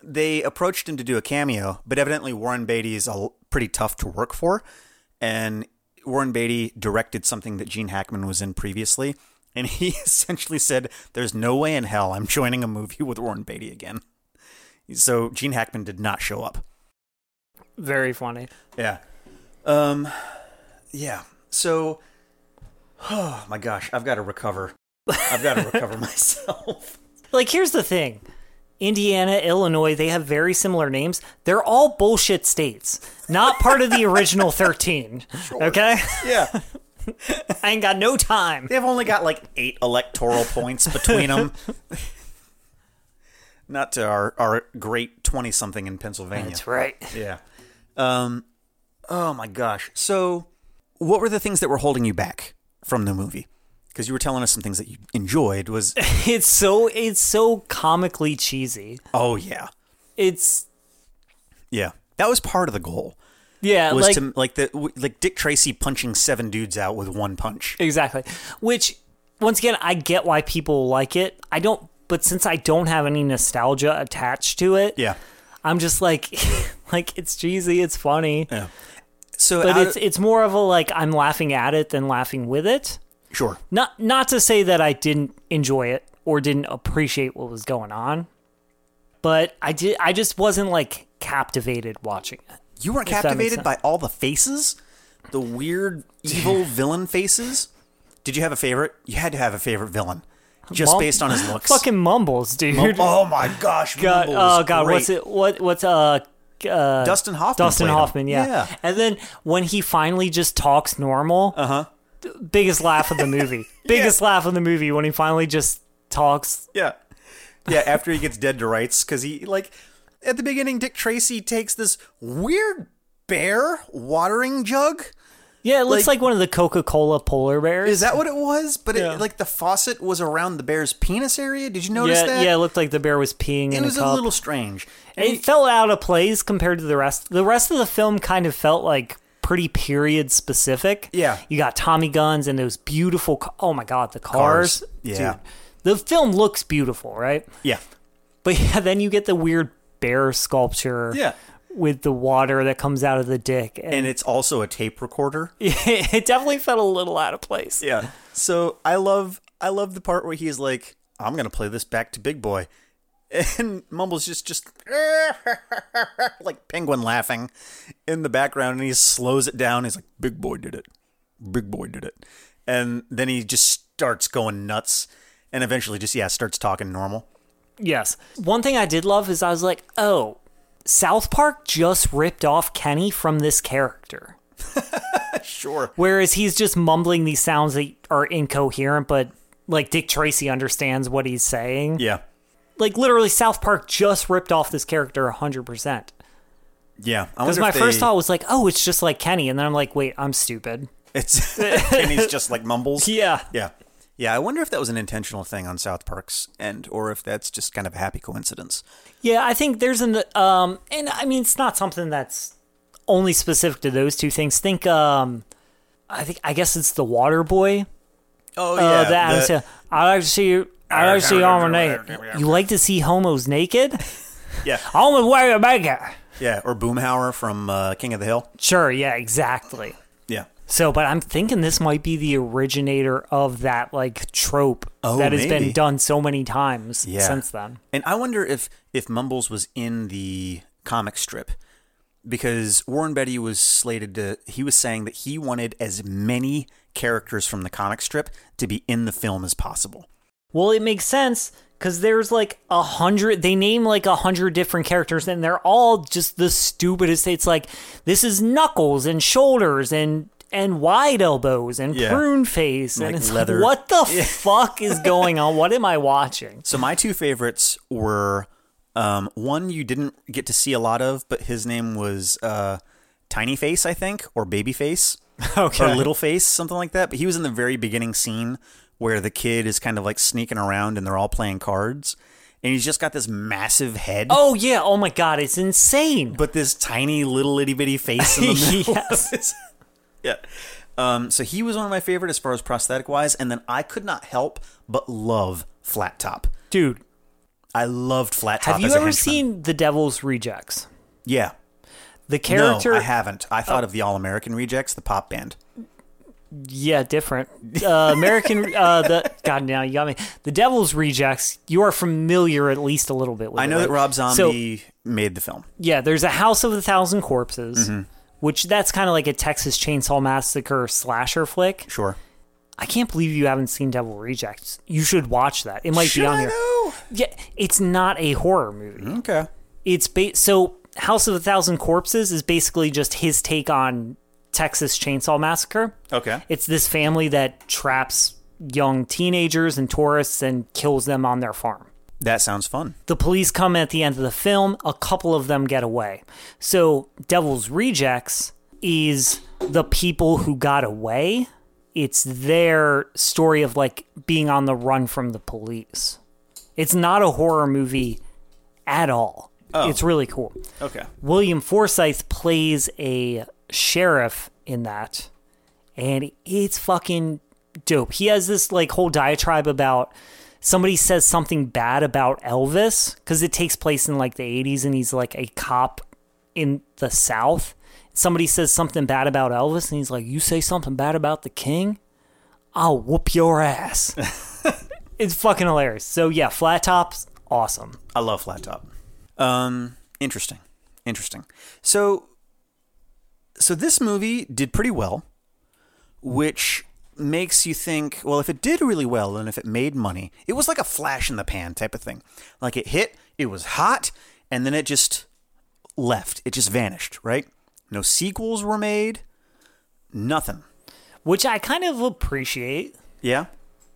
S2: they approached him to do a cameo, but evidently Warren Beatty is a, l- pretty tough to work for. And Warren Beatty directed something that Gene Hackman was in previously. And he essentially said, There's no way in hell I'm joining a movie with Warren Beatty again. So Gene Hackman did not show up.
S1: Very funny.
S2: Yeah. Um, yeah. So, oh my gosh, I've got to recover. I've got to recover myself.
S1: Like, here's the thing Indiana, Illinois, they have very similar names. They're all bullshit states, not part of the original 13. Okay?
S2: Yeah.
S1: I ain't got no time.
S2: They've only got like eight electoral points between them. Not to our, our great 20 something in Pennsylvania.
S1: That's right.
S2: Yeah. Um, oh my gosh. So, what were the things that were holding you back from the movie? Because you were telling us some things that you enjoyed. Was
S1: It's so it's so comically cheesy.
S2: oh yeah,
S1: It's
S2: yeah. That was part of the goal.
S1: yeah,
S2: Was
S1: like
S2: to like the w- like Dick Tracy punching seven dudes out with one punch.
S1: Exactly. Which, once again, I get why people like it. I don't, but since I don't have any nostalgia attached to it,
S2: Yeah.
S1: I'm just like, like it's cheesy, it's funny,
S2: So
S1: but
S2: out
S1: it's it's more of a like I'm laughing at it than laughing with it.
S2: sure.
S1: Not not to say that I didn't enjoy it or didn't appreciate what was going on, but I did. I just wasn't like captivated watching it.
S2: You weren't
S1: that makes
S2: captivated by all the faces, the weird evil villain faces. Did you have a favorite? You had to have a favorite villain, just
S1: Mum-
S2: based on his looks.
S1: Fucking mumbles, dude.
S2: oh, oh my gosh!
S1: God,
S2: Mumble was
S1: oh god,
S2: great.
S1: what's it? What what's uh uh
S2: Dustin Hoffman.
S1: Dustin
S2: played him.
S1: Hoffman, yeah.
S2: yeah.
S1: And then when he finally just talks normal, uh
S2: Uh-huh.
S1: huh. Biggest laugh of the movie. biggest laugh of the movie when he finally just talks.
S2: Yeah. Yeah, after he gets dead to rights, because he, like, at the beginning, Dick Tracy takes this weird bear watering jug.
S1: Yeah, it looks
S2: Like-
S1: like, one of the Coca Cola polar bears.
S2: Is that what it was? But,
S1: Yeah.
S2: it, like, the faucet was around the bear's penis area. Did you notice
S1: yeah,
S2: that?
S1: yeah, it looked like the bear was peeing
S2: It
S1: in
S2: was
S1: a
S2: a
S1: cup.
S2: little strange.
S1: It fell out of place compared to the rest. The rest of the film kind of felt like pretty period specific.
S2: Yeah.
S1: You got Tommy guns and those beautiful. ca- Oh my God, the cars.
S2: Cars. Yeah.
S1: Dude, the film looks beautiful, right?
S2: Yeah.
S1: But yeah, then you get the weird bear sculpture.
S2: Yeah.
S1: With the water that comes out of the dick, and
S2: And it's also a tape recorder.
S1: it definitely felt a little out of place.
S2: Yeah. So I love I love the part where he's like, I'm gonna play this back to Big Boy. And Mumble's just just like penguin laughing in the background and he slows it down. He's like, Big Boy did it. Big Boy did it. And then he just starts going nuts and eventually just yeah, starts talking normal.
S1: Yes. One thing I did love is I was like, oh, South Park just ripped off Kenny from this character.
S2: Sure.
S1: Whereas he's just mumbling these sounds that are incoherent, but like Dick Tracy understands what he's saying.
S2: Yeah.
S1: Like literally, South Park just ripped off this character 100%.
S2: Yeah.
S1: Because my first thought was like, oh, it's just like Kenny. And then I'm like, wait, I'm stupid.
S2: it's Kenny's just like mumbles.
S1: Yeah.
S2: Yeah. Yeah, I wonder if that was an intentional thing on South Park's end or if that's just kind of a happy coincidence.
S1: Yeah, I think there's an um and I mean it's not something that's only specific to those two things. Think um I think I guess it's the water boy.
S2: Oh
S1: Uh, the Adam Sandler. I like to see I like to see homo naked. You like to see homos naked?
S2: yeah,
S1: Homo wear a makeup.
S2: yeah, or Boomhauer from uh, King of the Hill.
S1: Sure, yeah, exactly.
S2: Yeah,
S1: So, but I'm thinking this might be the originator of that like trope
S2: Oh,
S1: that has
S2: maybe.
S1: been done so many times
S2: Yeah.
S1: since then.
S2: and I wonder if if Mumbles was in the comic strip because Warren Betty was slated to. He was saying that he wanted as many characters from the comic strip to be in the film as possible.
S1: Well, it makes sense because there's like a hundred. They name like a hundred different characters, and they're all just the stupidest. It's like this is Knuckles and Shoulders and and Wide Elbows and
S2: Yeah.
S1: Prune Face, and
S2: Like
S1: it's
S2: leather.
S1: like, what the fuck is going on? What am I watching?
S2: So my two favorites were um, one you didn't get to see a lot of, but his name was uh, Tiny Face, I think, or Baby Face,
S1: Okay.
S2: or Little Face, something like that. But he was in the very beginning scene where the kid is kind of like sneaking around and they're all playing cards, and he's just got this massive head,
S1: Oh yeah! Oh my god! It's insane.
S2: but this tiny little itty bitty face in the middle.
S1: Yes.
S2: of his- yeah. Um, so he was one of my favorite as far as prosthetic wise, and then I could not help but love Flat Top.
S1: Dude,
S2: I loved Flat Top.
S1: Have you
S2: as a
S1: ever
S2: henchman.
S1: seen The Devil's Rejects?
S2: Yeah.
S1: The character, Oh.
S2: No, I haven't. I thought of the All American Rejects, the pop band.
S1: yeah, different. Uh, American, uh, the God, now you got me. The Devil's Rejects. You are familiar at least a little bit with.
S2: I
S1: it,
S2: know that
S1: right?
S2: Rob
S1: So-
S2: Zombie made the film.
S1: Yeah, there's a House of a Thousand Corpses,
S2: Mm-hmm.
S1: which that's kind of like a Texas Chainsaw Massacre slasher flick.
S2: Sure.
S1: I can't believe you haven't seen Devil Rejects. You should watch that. It might be on here. Yeah, it's not a horror movie.
S2: Okay.
S1: It's ba- so House of a Thousand Corpses is basically just his take on Texas Chainsaw Massacre.
S2: Okay.
S1: It's this family that traps young teenagers and tourists and kills them on their farm.
S2: That sounds fun.
S1: The police come at the end of the film, a couple of them get away. So, Devil's Rejects is the people who got away. It's their story of like being on the run from the police. It's not a horror movie at all. It's really cool.
S2: Okay.
S1: William Forsythe plays a sheriff in that, and it's fucking dope. He has this like whole diatribe about somebody says something bad about Elvis because it takes place in like the 80s and he's like a cop in the South. Somebody says something bad about Elvis and he's like, You say something bad about the king? I'll whoop your ass. it's fucking hilarious. So, yeah, Flat Top's awesome.
S2: I love Flat Top. Um, interesting. Interesting. So, so this movie did pretty well, which makes you think, well, if it did really well and if it made money, it was like a flash in the pan type of thing. Like it hit, it was hot, and then it just left. It just vanished, right? No sequels were made, nothing.
S1: Which I kind of appreciate.
S2: Yeah?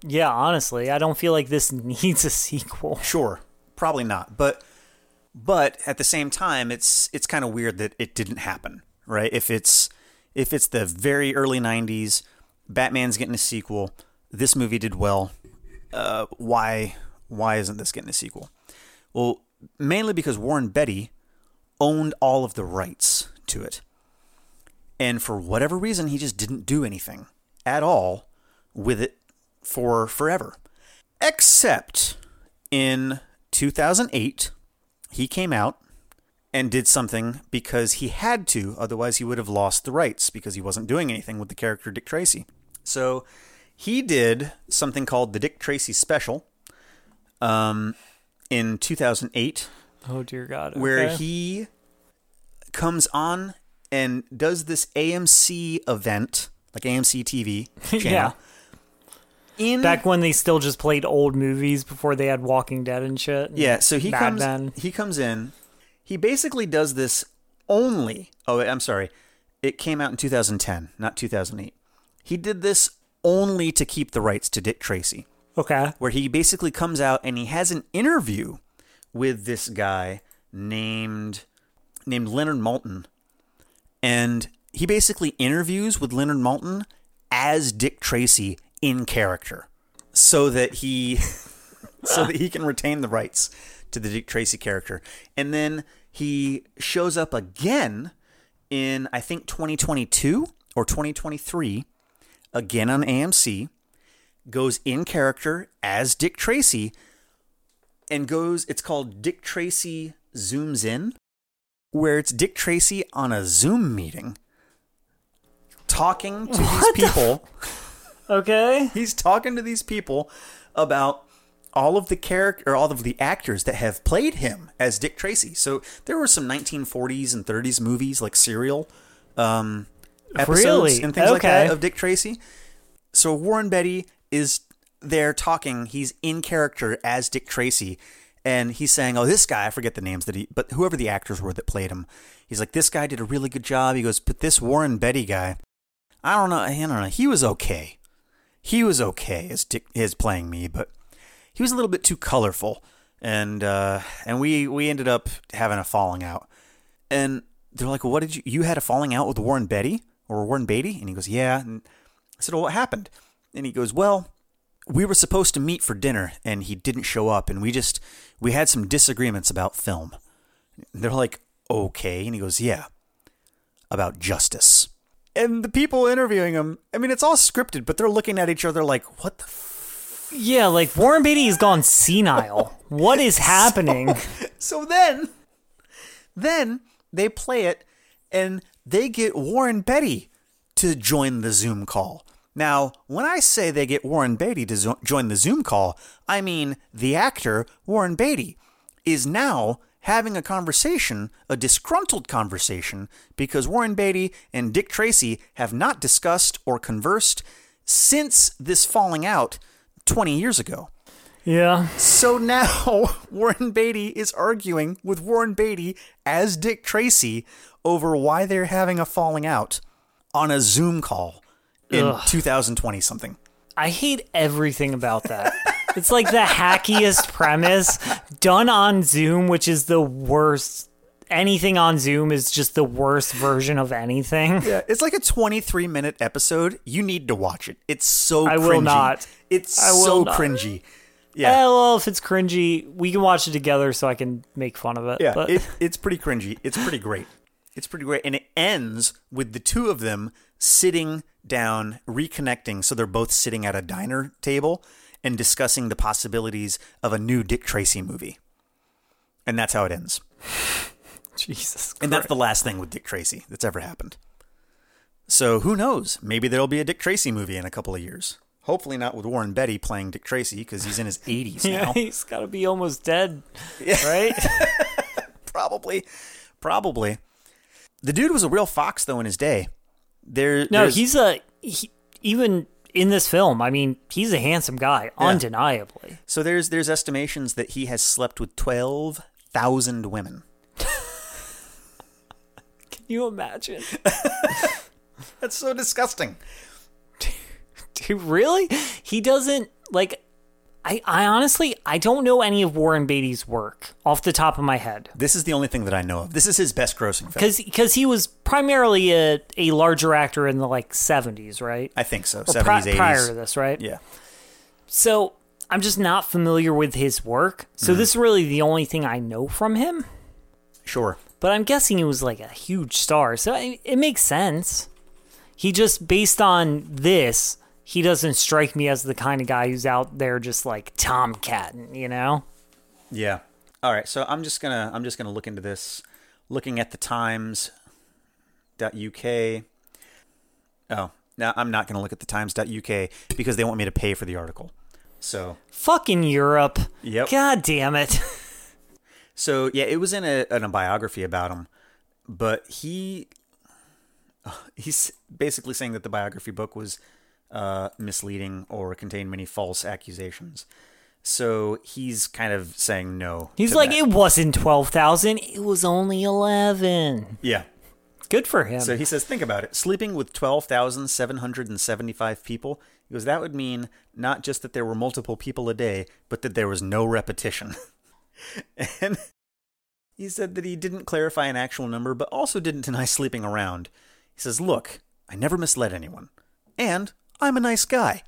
S1: Yeah, honestly, I don't feel like this needs a sequel.
S2: Sure. Probably not. But but at the same time it's it's kind of weird that it didn't happen, right? If it's if it's the very early 90s, Batman's getting a sequel, this movie did well. Uh why why isn't this getting a sequel? Well, mainly because Warren Betty owned all of the rights to it. And for whatever reason, he just didn't do anything at all with it for forever. Except in 2008, he came out and did something because he had to, otherwise, he would have lost the rights because he wasn't doing anything with the character Dick Tracy. So he did something called the Dick Tracy Special um, in 2008
S1: Oh dear God!
S2: where he comes on and does this AMC event, like AMC TV
S1: yeah,
S2: channel. In
S1: back when they still just played old movies before they had Walking Dead and shit. and
S2: yeah, so he
S1: Mad
S2: comes
S1: Men.
S2: he comes in. He basically does this only. Oh, I'm sorry. It came out in 2010, not 2008. He did this only to keep the rights to Dick Tracy.
S1: Okay.
S2: where he basically comes out and he has an interview with this guy named named Leonard Malton. And he basically interviews with Leonard Malton as Dick Tracy in character so that he so that he can retain the rights to the Dick Tracy character. And then he shows up again in I think 2022 or 2023 again on AMC goes in character as Dick Tracy and goes it's called Dick Tracy zooms in where it's Dick Tracy on a Zoom meeting talking to these people
S1: Okay.
S2: he's talking to these people about all of the character or all of the actors that have played him as Dick Tracy. So there were some 1940s and 30s movies like Serial um, episodes
S1: Really?
S2: and things like that
S1: Okay.
S2: of Dick Tracy. So Warren Betty is there talking. He's in character as Dick Tracy. And he's saying, "Oh, this guy—I forget the names that he, but whoever the actors were that played him, he's like, this guy did a really good job." He goes, "But this Warren Betty guy, I don't know, I don't know, he was okay." he was okay as Dick, his playing me, but he was a little bit too colorful, and uh, and we we ended up having a falling out. And they're like, "What did you? You had a falling out with Warren Betty or Warren Beatty?" And he goes, "Yeah." And I said, "Well, what happened?" And he goes, "Well, we were supposed to meet for dinner, and he didn't show up, and we just we had some disagreements about film." And they're like, "Okay," and he goes, "Yeah, about justice." And the people interviewing him, I mean, it's all scripted, but they're looking at each other like, "What the
S1: Yeah, like Warren Beatty has gone senile. What is happening?
S2: So then, then they play it, and they get Warren Betty to join the Zoom call. Now, when I say they get Warren Beatty to zo- join the Zoom call, I mean the actor Warren Beatty is now having a conversation, a disgruntled conversation, because Warren Beatty and Dick Tracy have not discussed or conversed since this falling out 20 years ago.
S1: Yeah.
S2: So now Warren Beatty is arguing with Warren Beatty as Dick Tracy over why they're having a falling out on a Zoom call in 2020 something.
S1: I hate everything about that. it's like the hackiest premise done on Zoom, which is the worst. Anything on Zoom is just the worst version of anything.
S2: Yeah, it's like a 23 minute episode. You need to watch it. It's so
S1: I
S2: cringy.
S1: will not.
S2: It's
S1: I will
S2: so
S1: not.
S2: cringy.
S1: Eh,
S2: Yeah.
S1: well, if it's cringy, we can watch it together so I can make fun of it.
S2: Yeah,
S1: but
S2: it, it's pretty cringy. It's pretty great. It's pretty great. And it ends with the two of them sitting down, reconnecting. So they're both sitting at a diner table and discussing the possibilities of a new Dick Tracy movie. And that's how it ends.
S1: Jesus,
S2: And that's the last thing with Dick Tracy that's ever happened. So who knows? Maybe there'll be a Dick Tracy movie in a couple of years. Hopefully not with Warren Betty playing Dick Tracy because he's in his 80s
S1: yeah,
S2: now.
S1: he's got to be almost dead, right?
S2: probably, probably. The dude was a real fox though in his day. There,
S1: No,
S2: there's-
S1: he's a he, even in this film. I mean, he's a handsome guy, undeniably.
S2: so there's there's estimations that he has slept with twelve thousand women.
S1: Can you imagine?
S2: That's so disgusting.
S1: Dude, really? He doesn't like. I, I honestly I don't know any of Warren Beatty's work off the top of my head
S2: This is the only thing that I know of. This is his best grossing film.
S1: because he was primarily a, a larger actor in the like seventies right
S2: I think so.
S1: Or pri-
S2: Seventies,
S1: prior to
S2: eighties.
S1: this right
S2: Yeah.
S1: so I'm just not familiar with his work so
S2: Mm-hmm.
S1: this is really the only thing I know from him
S2: Sure.
S1: but I'm guessing he was like a huge star, so I, it makes sense. He just based on this, he doesn't strike me as the kind of guy who's out there just like tomcatting, you know?
S2: Yeah. All right. So I'm just gonna I'm just gonna look into this, looking at the Times. UK. Oh, no, I'm not gonna look at the Times. UK because they want me to pay for the article. So
S1: Fucking Europe.
S2: Yep.
S1: God damn it.
S2: so yeah, it was in a in a biography about him, but he he's basically saying that the biography book was uh, misleading or contained many false accusations. So he's kind of saying no.
S1: He's
S2: to
S1: like,
S2: that.
S1: it wasn't 12,000, it was only 11.
S2: yeah.
S1: Good for him.
S2: So he says, think about it. Sleeping with 12,775 people, he goes, that would mean not just that there were multiple people a day, but that there was no repetition. and he said that he didn't clarify an actual number, but also didn't deny sleeping around. He says, look, I never misled anyone. And I'm a nice guy.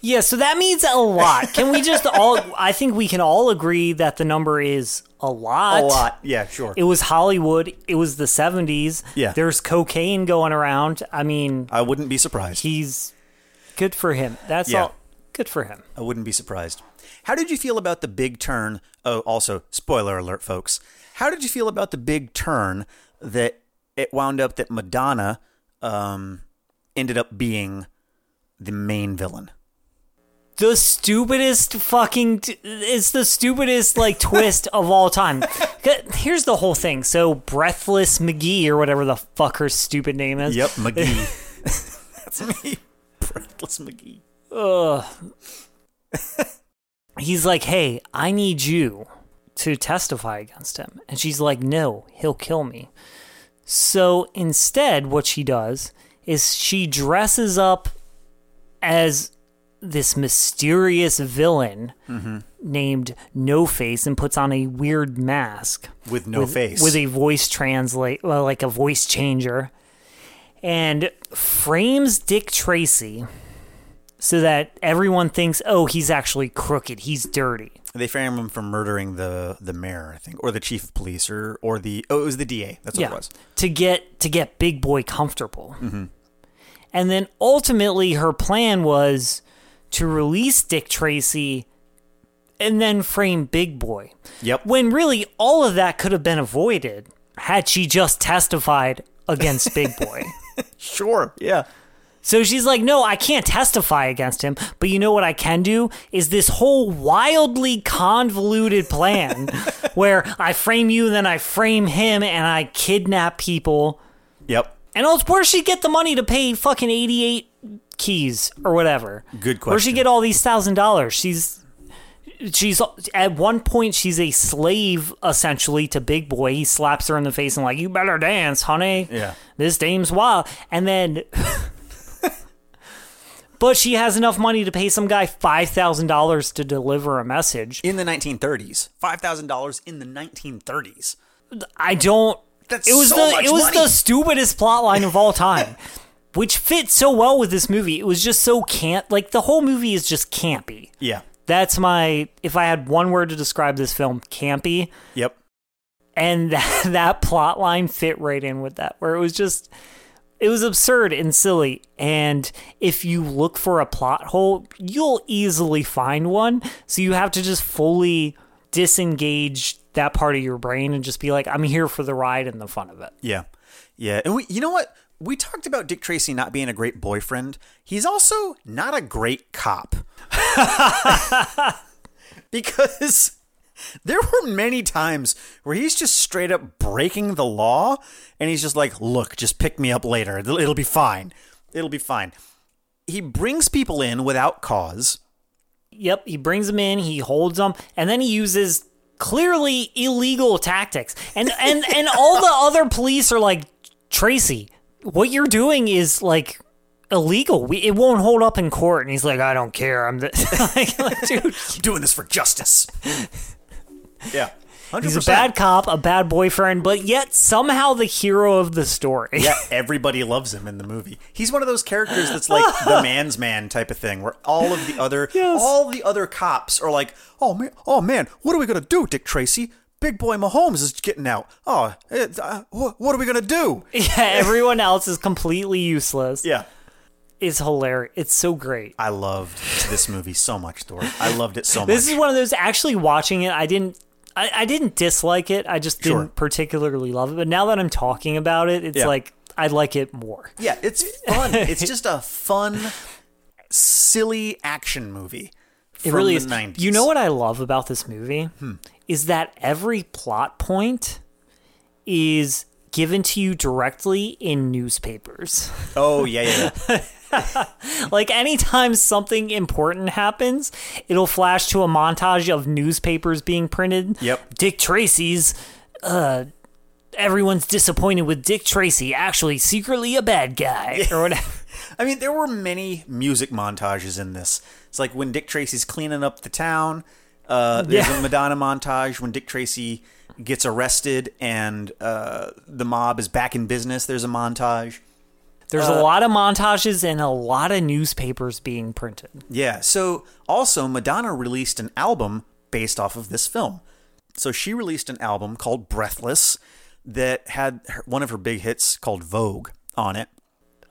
S1: yeah, so that means a lot. Can we just all, I think we can all agree that the number is a lot.
S2: A lot. Yeah, sure.
S1: It was Hollywood. It was the 70s.
S2: Yeah.
S1: There's cocaine going around. I mean,
S2: I wouldn't be surprised.
S1: he's good for him. That's
S2: Yeah.
S1: all. Good for him.
S2: I wouldn't be surprised. How did you feel about the big turn? Oh, also, spoiler alert, folks. How did you feel about the big turn that it wound up that Madonna um, ended up being the main villain?
S1: The stupidest fucking. T- it's the stupidest, like, twist of all time. Okay, Here's the whole thing. So, Breathless McGee, or whatever the fuck her stupid name is.
S2: McGee. That's me, Breathless McGee.
S1: Ugh. He's like, hey, I need you to testify against him. And she's like, no, he'll kill me. So instead, what she does is she dresses up as this mysterious villain named No Face and puts on a weird mask
S2: With no face.
S1: with a voice translate, well, like a voice changer, and frames Dick Tracy so that everyone thinks, oh, he's actually crooked, he's dirty.
S2: they frame him for murdering the the mayor, I think, or the chief of police, or or the oh, it was the DA. That's what it was.
S1: to get to get Big Boy comfortable, and then ultimately her plan was to release Dick Tracy and then frame Big Boy.
S2: Yep.
S1: When really all of that could have been avoided had she just testified against Big Boy.
S2: Sure. Yeah.
S1: So she's like, no, I can't testify against him, but you know what I can do is this whole wildly convoluted plan where I frame you, then I frame him, and I kidnap people.
S2: Yep.
S1: And also, where she get the money to pay fucking 88 keys or whatever?
S2: Good
S1: Where she
S2: question.
S1: get all these thousand dollars? She's she's at one point she's a slave essentially to Big Boy. He slaps her in the face and like, "You better dance, honey."
S2: Yeah.
S1: This dame's wild. And then but she has enough money to pay some guy $5,000 to deliver a message.
S2: In the 1930s, five thousand dollars in the 1930s.
S1: I don't.
S2: That's
S1: it was
S2: so
S1: the
S2: much
S1: it was
S2: money.
S1: the stupidest plot line of all time, which fits so well with this movie. It was just so can't like the whole movie is just campy.
S2: Yeah.
S1: That's my if I had one word to describe this film, campy,
S2: Yep.
S1: and that, that plot line fit right in with that, where it was just it was absurd and silly. And if you look for a plot hole, you'll easily find one. So you have to just fully disengage that part of your brain and just be like, I'm here for the ride and the fun of it.
S2: Yeah. Yeah. And we, you know what? We talked about Dick Tracy not being a great boyfriend. He's also not a great cop. because there were many times where he's just straight up breaking the law and he's just like, look, just pick me up later. It'll it'll be fine. It'll be fine. He brings people in without cause.
S1: Yep, he brings them in, he holds them, and then he uses clearly illegal tactics. And and and all the other police are like, Tracy, what you're doing is like illegal. We, it won't hold up in court. And he's like, I don't care. I'm the like, like, dude.
S2: doing this for justice. yeah. 100%.
S1: He's a bad cop, a bad boyfriend, but yet somehow the hero of the story.
S2: Yeah, everybody loves him in the movie. He's one of those characters that's like the man's man type of thing, where all of the other
S1: Yes.
S2: all the other cops are like, "Oh man, oh man, what are we gonna do, Dick Tracy? Big boy Mahomes is getting out. Oh, it, uh, wh- what are we gonna do?"
S1: Yeah, everyone else is completely useless.
S2: Yeah,
S1: It's hilarious. It's so great.
S2: I loved this movie so much, Thor. I loved it so
S1: This
S2: much.
S1: is one of those actually watching it. I didn't. I, I didn't dislike it. I just didn't
S2: Sure.
S1: particularly love it. But now that I'm talking about it, it's
S2: Yeah.
S1: like I like it more.
S2: yeah, it's fun. It's just a fun, silly action movie.
S1: It
S2: from
S1: really
S2: the Hmm.
S1: is.
S2: 90s.
S1: You know what I love about this movie is that every plot point is given to you directly in newspapers.
S2: Oh yeah, yeah. yeah.
S1: like anytime something important happens, it'll flash to a montage of newspapers being printed.
S2: Yep.
S1: Dick Tracy's uh everyone's disappointed with Dick Tracy, actually secretly a bad guy or whatever.
S2: I mean, there were many music montages in this. It's like when Dick Tracy's cleaning up the town. Uh, there's
S1: Yeah.
S2: a Madonna montage when Dick Tracy gets arrested and uh, the mob is back in business. There's a montage.
S1: There's
S2: Uh,
S1: a lot of montages and a lot of newspapers being printed.
S2: Yeah. So also, Madonna released an album based off of this film. So she released an album called Breathless that had her, one of her big hits called Vogue on it,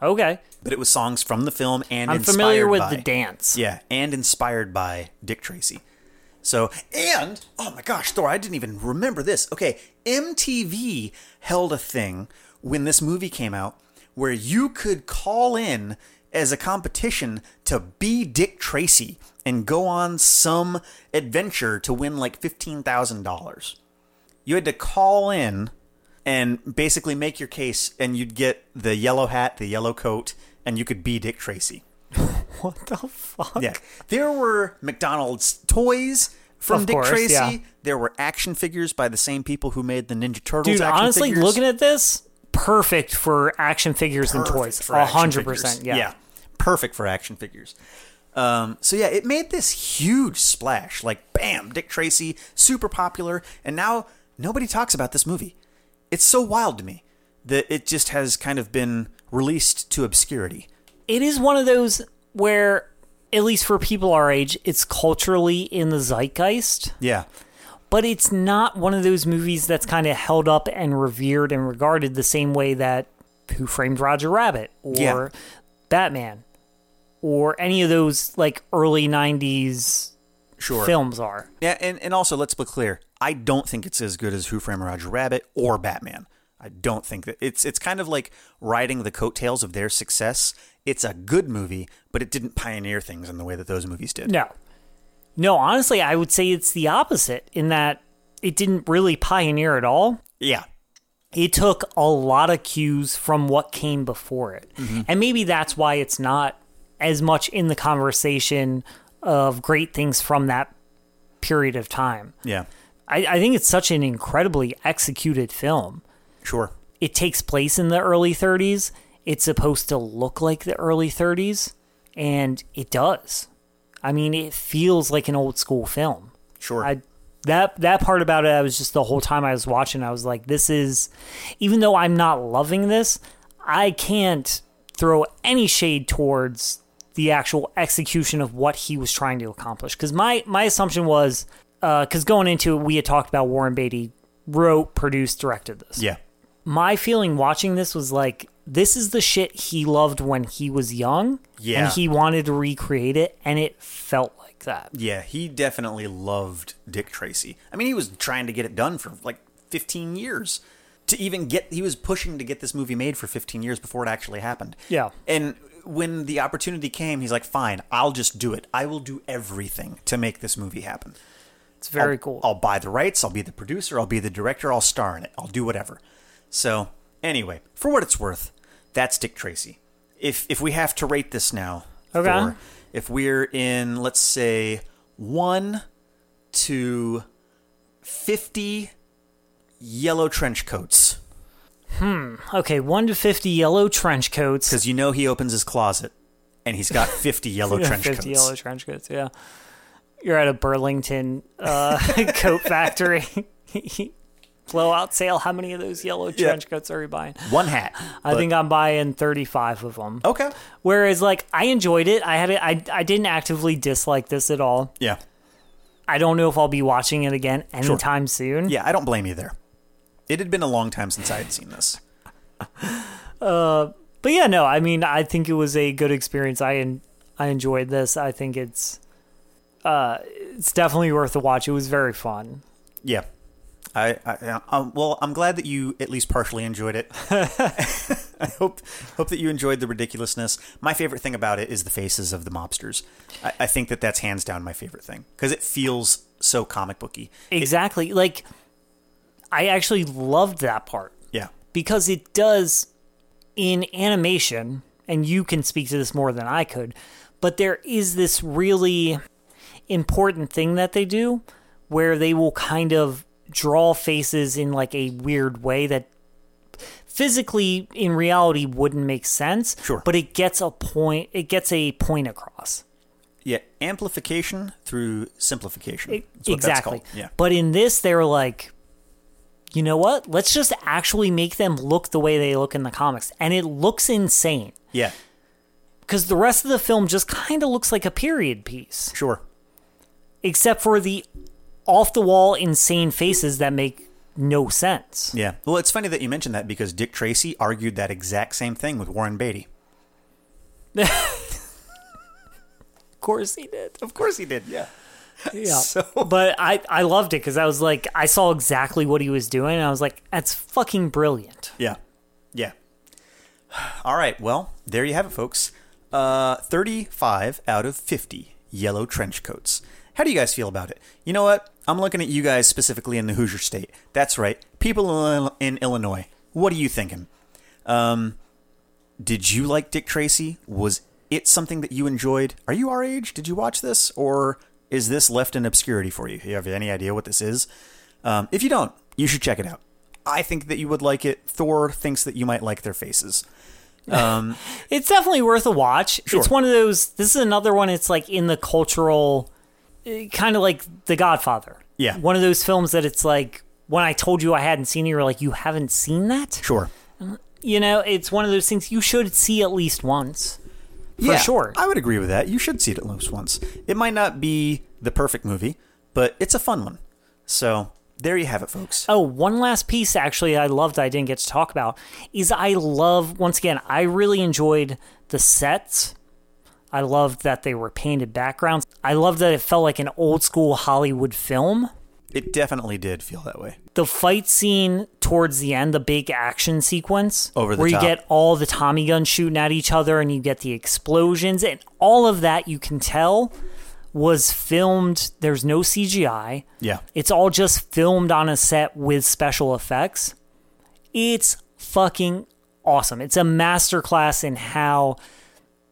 S1: Okay.
S2: but it was songs from the film and
S1: I'm
S2: inspired
S1: familiar with the
S2: by-
S1: dance.
S2: Yeah, and inspired by Dick Tracy. So, and oh my gosh, Thor, I didn't even remember this. Okay, MTV held a thing when this movie came out where you could call in as a competition to be Dick Tracy and go on some adventure to win like $15,000. You had to call in and basically make your case, and you'd get the yellow hat, the yellow coat, and you could be Dick Tracy.
S1: What the fuck?
S2: Yeah. There were McDonald's toys from
S1: Of
S2: Dick
S1: course,
S2: Tracy.
S1: yeah.
S2: There were action figures by the same people who made the Ninja Turtles
S1: Dude,
S2: action
S1: honestly,
S2: figures.
S1: looking at this, perfect for action figures and toys.
S2: for action
S1: 100%.
S2: figures.
S1: Yeah.
S2: Perfect for action figures. Um, so yeah, it made this huge splash. Like bam, Dick Tracy, super popular, and now nobody talks about this movie. It's so wild to me that it just has kind of been released to obscurity.
S1: it is one of those where at least for people our age it's culturally in the zeitgeist
S2: Yeah.
S1: but it's not one of those movies that's kind of held up and revered and regarded the same way that who framed roger rabbit or
S2: Yeah.
S1: batman or any of those like early 90s
S2: Sure.
S1: films are.
S2: Yeah, and, and also let's be clear. I don't think it's as good as Who Framed Roger Rabbit or Batman. I don't think that it's it's kind of like riding the coattails of their success. It's a good movie, but it didn't pioneer things in the way that those movies did.
S1: No. No, honestly, I would say it's the opposite in that it didn't really pioneer at all.
S2: Yeah.
S1: It took a lot of cues from what came before it. And maybe that's why it's not as much in the conversation of great things from that period of time.
S2: Yeah.
S1: I, I think it's such an incredibly executed film.
S2: Sure.
S1: It takes place in the early 30s. It's supposed to look like the early 30s, and it does. I mean, it feels like an old school film.
S2: Sure.
S1: I that that part about it, I was just the whole time I was watching, I was like, this is even though I'm not loving this, I can't throw any shade towards the actual execution of what he was trying to accomplish. Because my my assumption was, because going into it, we had talked about Warren Beatty wrote, produced, directed this
S2: yeah.
S1: my feeling watching this was like this is the shit he loved when he was young
S2: Yeah.
S1: and he wanted to recreate it and it felt like that
S2: Yeah, he definitely loved Dick Tracy. I mean, he was trying to get it done for like 15 years. To even get, he was pushing to get this movie made for 15 years before it actually happened.
S1: Yeah.
S2: And when the opportunity came, he's like, fine, I'll just do it. I will do everything to make this movie happen.
S1: it's very
S2: I'll-
S1: cool
S2: I'll buy the rights. I'll be the producer. I'll be the director. I'll star in it. I'll do whatever. So anyway, for what it's worth, that's Dick Tracy. If if we have to rate this now,
S1: Okay.
S2: Thor, if we're in let's say one to fifty yellow trench coats,
S1: okay 1 to 50 yellow trench coats
S2: because you know he opens his closet and he's got fifty yellow trench
S1: 50
S2: coats.
S1: yellow trench coats yeah you're at a burlington uh, coat factory blowout sale how many of those yellow trench coats are you buying
S2: One hat.
S1: i think i'm buying 35 of them
S2: Okay.
S1: whereas like i enjoyed it i had it I, I didn't actively dislike this at all
S2: Yeah.
S1: I don't know if I'll be watching it again anytime soon.
S2: Yeah. I don't blame you there. It had been a long time since I had seen this.
S1: But yeah, no, I mean, I think it was a good experience. I en- I enjoyed this. I think it's uh it's definitely worth the watch. It was very fun.
S2: Yeah. I, I, um, well, I'm glad that you at least partially enjoyed it. I hope hope that you enjoyed the ridiculousness. My favorite thing about it is the faces of the mobsters. I, I think that that's hands down my favorite thing because it feels so comic booky.
S1: Exactly. like I actually loved that part
S2: Yeah,
S1: because it does in animation and you can speak to this more than I could, but there is this really important thing that they do where they will kind of draw faces in like a weird way that physically in reality wouldn't make sense
S2: Sure.
S1: but it gets a point it gets a point across
S2: yeah. Amplification through simplification. That's what
S1: exactly
S2: That's called. Yeah,
S1: but in this they're like you know what let's just actually make them look the way they look in the comics and it looks insane
S2: yeah.
S1: because the rest of the film just kind of looks like a period piece
S2: Sure.
S1: except for the off the wall insane faces that make no sense.
S2: Yeah. Well, it's funny that you mentioned that because Dick Tracy argued that exact same thing with Warren Beatty.
S1: Of course he did.
S2: Of course he did. Yeah.
S1: Yeah.
S2: So-
S1: But I, I loved it because I was like, I saw exactly what he was doing. And I was like, that's fucking brilliant.
S2: Yeah. Yeah. All right. Well, there you have it, folks. Uh, 35 out of 50 yellow trench coats. How do you guys feel about it? You know what? I'm looking at you guys specifically in the Hoosier State. That's right. People in- in Illinois. What are you thinking? Um, did you like Dick Tracy? Was it something that you enjoyed? Are you our age? Did you watch this? Or is this left in obscurity for you? You have any idea what this is? Um, if you don't, you should check it out. I think that you would like it. Thor thinks that you might like their faces.
S1: It's definitely worth a watch. It's one of those, this is another one. It's like in the cultural, kind of like The Godfather.
S2: Yeah.
S1: One of those films that it's like, when I told you I hadn't seen it, you were like, you haven't seen that?
S2: Sure.
S1: You know, it's one of those things you should see at least once. For sure.
S2: I would agree with that. You should see it at least once. It might not be the perfect movie, but it's a fun one. So there you have it, folks.
S1: Oh, one last piece actually I loved I didn't get to talk about is I love once again I really enjoyed the sets. I loved that they were painted backgrounds. I loved that it felt like an old school Hollywood film.
S2: It definitely did feel that way.
S1: The fight scene towards the end, the big action sequence,
S2: Over the
S1: where
S2: top.
S1: you get all the Tommy guns shooting at each other and you get the explosions and all of that, you can tell was filmed. There's no CGI.
S2: Yeah.
S1: It's all just filmed on a set with special effects. It's fucking awesome. It's a masterclass in how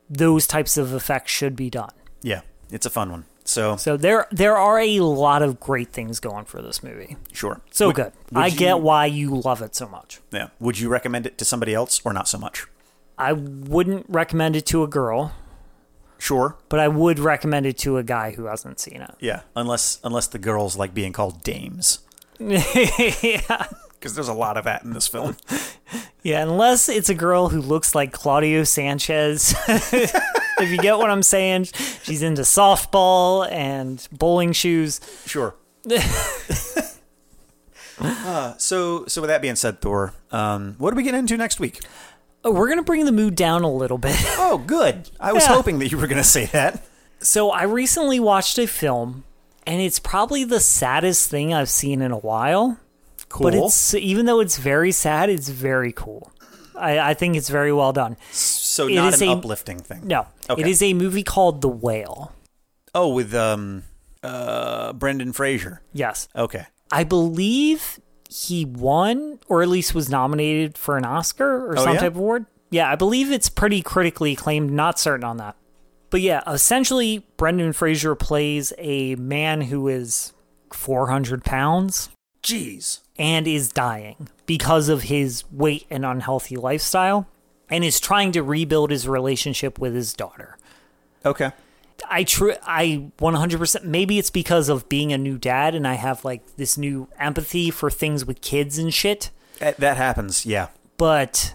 S1: those types of effects should be done.
S2: Yeah. It's a fun one. So,
S1: So there there are a lot of great things going for this movie.
S2: sure.
S1: So
S2: Would-
S1: good.
S2: would
S1: I
S2: you-
S1: get why you love it so much.
S2: Yeah. Would you recommend it to somebody else or not so much?
S1: I wouldn't recommend it to a girl,
S2: Sure.
S1: but I would recommend it to a guy who hasn't seen
S2: Yeah. Unless unless the girls like being called dames,
S1: it. yeah.
S2: because there's a lot of that in this film.
S1: Yeah, unless it's a girl who looks like Claudio Sanchez. if you get what I'm saying, she's into softball and bowling shoes.
S2: Sure. uh, so, so with that being said, Thor, um, what are we getting into next week?
S1: Oh, we're going to bring the mood down a little bit.
S2: Oh, good. I was
S1: Yeah.
S2: hoping that you were going to say that.
S1: So, I recently watched a film, and it's probably the saddest thing I've seen in a while.
S2: Cool.
S1: But it's even though it's very sad, it's very cool. I, I think it's very well done.
S2: so
S1: it
S2: not
S1: is
S2: an
S1: a-
S2: uplifting thing.
S1: No,
S2: Okay.
S1: it is a movie called The Whale.
S2: Oh, with um, uh, Brendan Fraser.
S1: Yes.
S2: Okay.
S1: I believe he won or at least was nominated for an Oscar or
S2: Oh,
S1: some
S2: yeah?
S1: type of award. Yeah, I believe it's pretty critically acclaimed, not certain on that. But yeah, essentially Brendan Fraser plays a man who is 400 pounds
S2: Jeez.
S1: and is dying because of his weight and unhealthy lifestyle and is trying to rebuild his relationship with his daughter.
S2: Okay.
S1: I tr- I 100% maybe it's because of being a new dad and I have like this new empathy for things with kids and shit,
S2: That, that happens. Yeah.
S1: but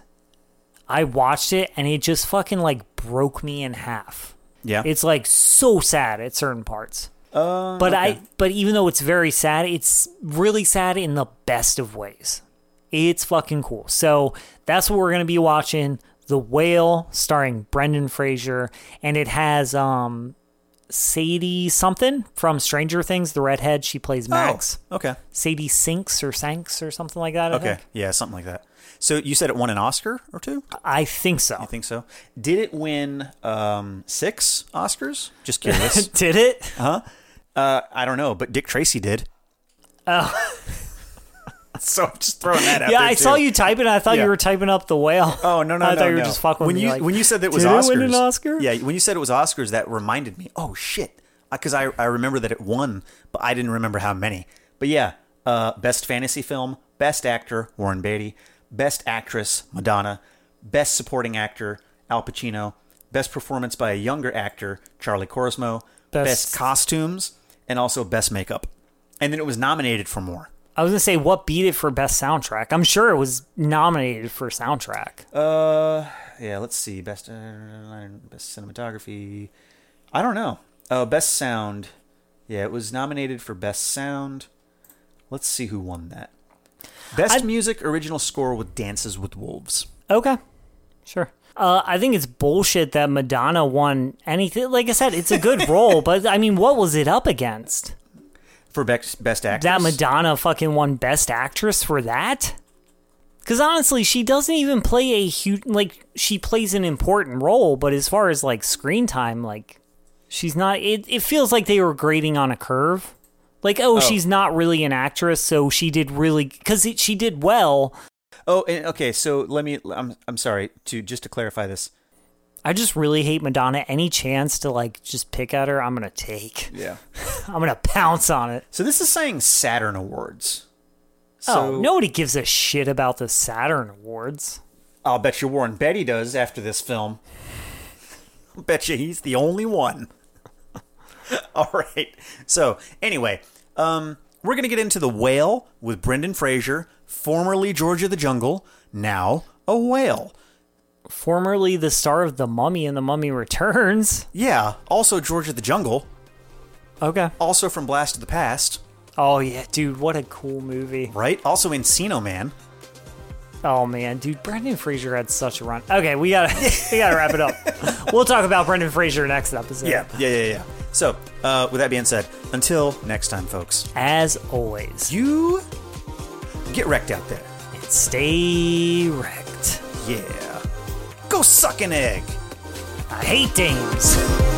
S1: I watched it and it just fucking like broke me in half.
S2: Yeah.
S1: It's like so sad at certain parts.
S2: uh,
S1: But I but even though it's very sad, it's really sad in the best of ways. It's fucking cool. So that's what we're gonna be watching. The Whale, starring Brendan Fraser, and it has um Sadie something from Stranger Things, the redhead. She plays Max.
S2: Oh, okay.
S1: Sadie Sinks or Sanks or something like that. I
S2: Okay.
S1: think.
S2: Yeah, something like that. So you said it won an Oscar or two?
S1: I think so.
S2: I think so. Did it win um, six Oscars? Just curious.
S1: Did it?
S2: uh, I don't know, but Dick Tracy did. Oh. so I'm just throwing that out
S1: Yeah,
S2: there,
S1: I saw
S2: too.
S1: you typing. I thought
S2: Yeah.
S1: you were typing up the whale.
S2: Oh no no
S1: I
S2: no!
S1: thought you were
S2: no.
S1: just fucking
S2: when
S1: with me,
S2: you
S1: like,
S2: when you said that it was
S1: "Did
S2: Oscars.
S1: it win an Oscar?
S2: Yeah, when you said it was Oscars, that reminded me. Oh shit! Because I I remember that it won, but I didn't remember how many. But yeah, uh, best fantasy film, best actor Warren Beatty, best actress Madonna, best supporting actor Al Pacino, best performance by a younger actor Charlie Corsmo,
S1: Best-
S2: best costumes, and also best makeup. And then it was nominated for more.
S1: I was gonna say what beat it for best soundtrack. I'm sure it was nominated for soundtrack.
S2: Uh, yeah. Let's see. Best, uh, best cinematography. I don't know. Oh, best sound. Yeah, it was nominated for best sound. Let's see who won that. Best music original score with Dances with Wolves.
S1: Okay, sure. Uh, I think it's bullshit that Madonna won anything. Like I said, it's a good role, but I mean, what was it up against?
S2: For best best actress.
S1: That Madonna fucking won Best Actress for that? Because honestly, she doesn't even play a huge like she plays an important role, but as far as like screen time, like she's not. It it feels like they were grading on a curve. Like oh, she's not really an actress, so she did really because she did well.
S2: Oh, and, okay. So let me. I'm I'm sorry to just to clarify this.
S1: I just really hate Madonna. Any chance to like just pick at her, I'm gonna take.
S2: Yeah.
S1: I'm gonna pounce on it.
S2: So this is saying Saturn Awards.
S1: oh, nobody gives a shit about the Saturn Awards.
S2: I'll bet you Warren Betty does after this film. I'll bet you he's the only one. All right. So anyway, um, we're gonna get into the whale with Brendan Fraser, formerly George of the Jungle, now a whale.
S1: formerly the star of The Mummy and The Mummy Returns.
S2: Yeah, also George of the Jungle,
S1: Okay.
S2: also from Blast of the Past,
S1: Oh yeah, dude, what a cool movie.
S2: right? Also Encino Man.
S1: Oh man, dude, Brendan Fraser had such a run. Okay, we gotta we gotta wrap it up. We'll talk about Brendan Fraser next episode.
S2: Yeah, yeah, yeah, yeah. So, uh, with that being said, until next time, folks,
S1: As always,
S2: you get wrecked out there.
S1: stay wrecked.
S2: Yeah. Go suck an egg.
S1: I hate dames.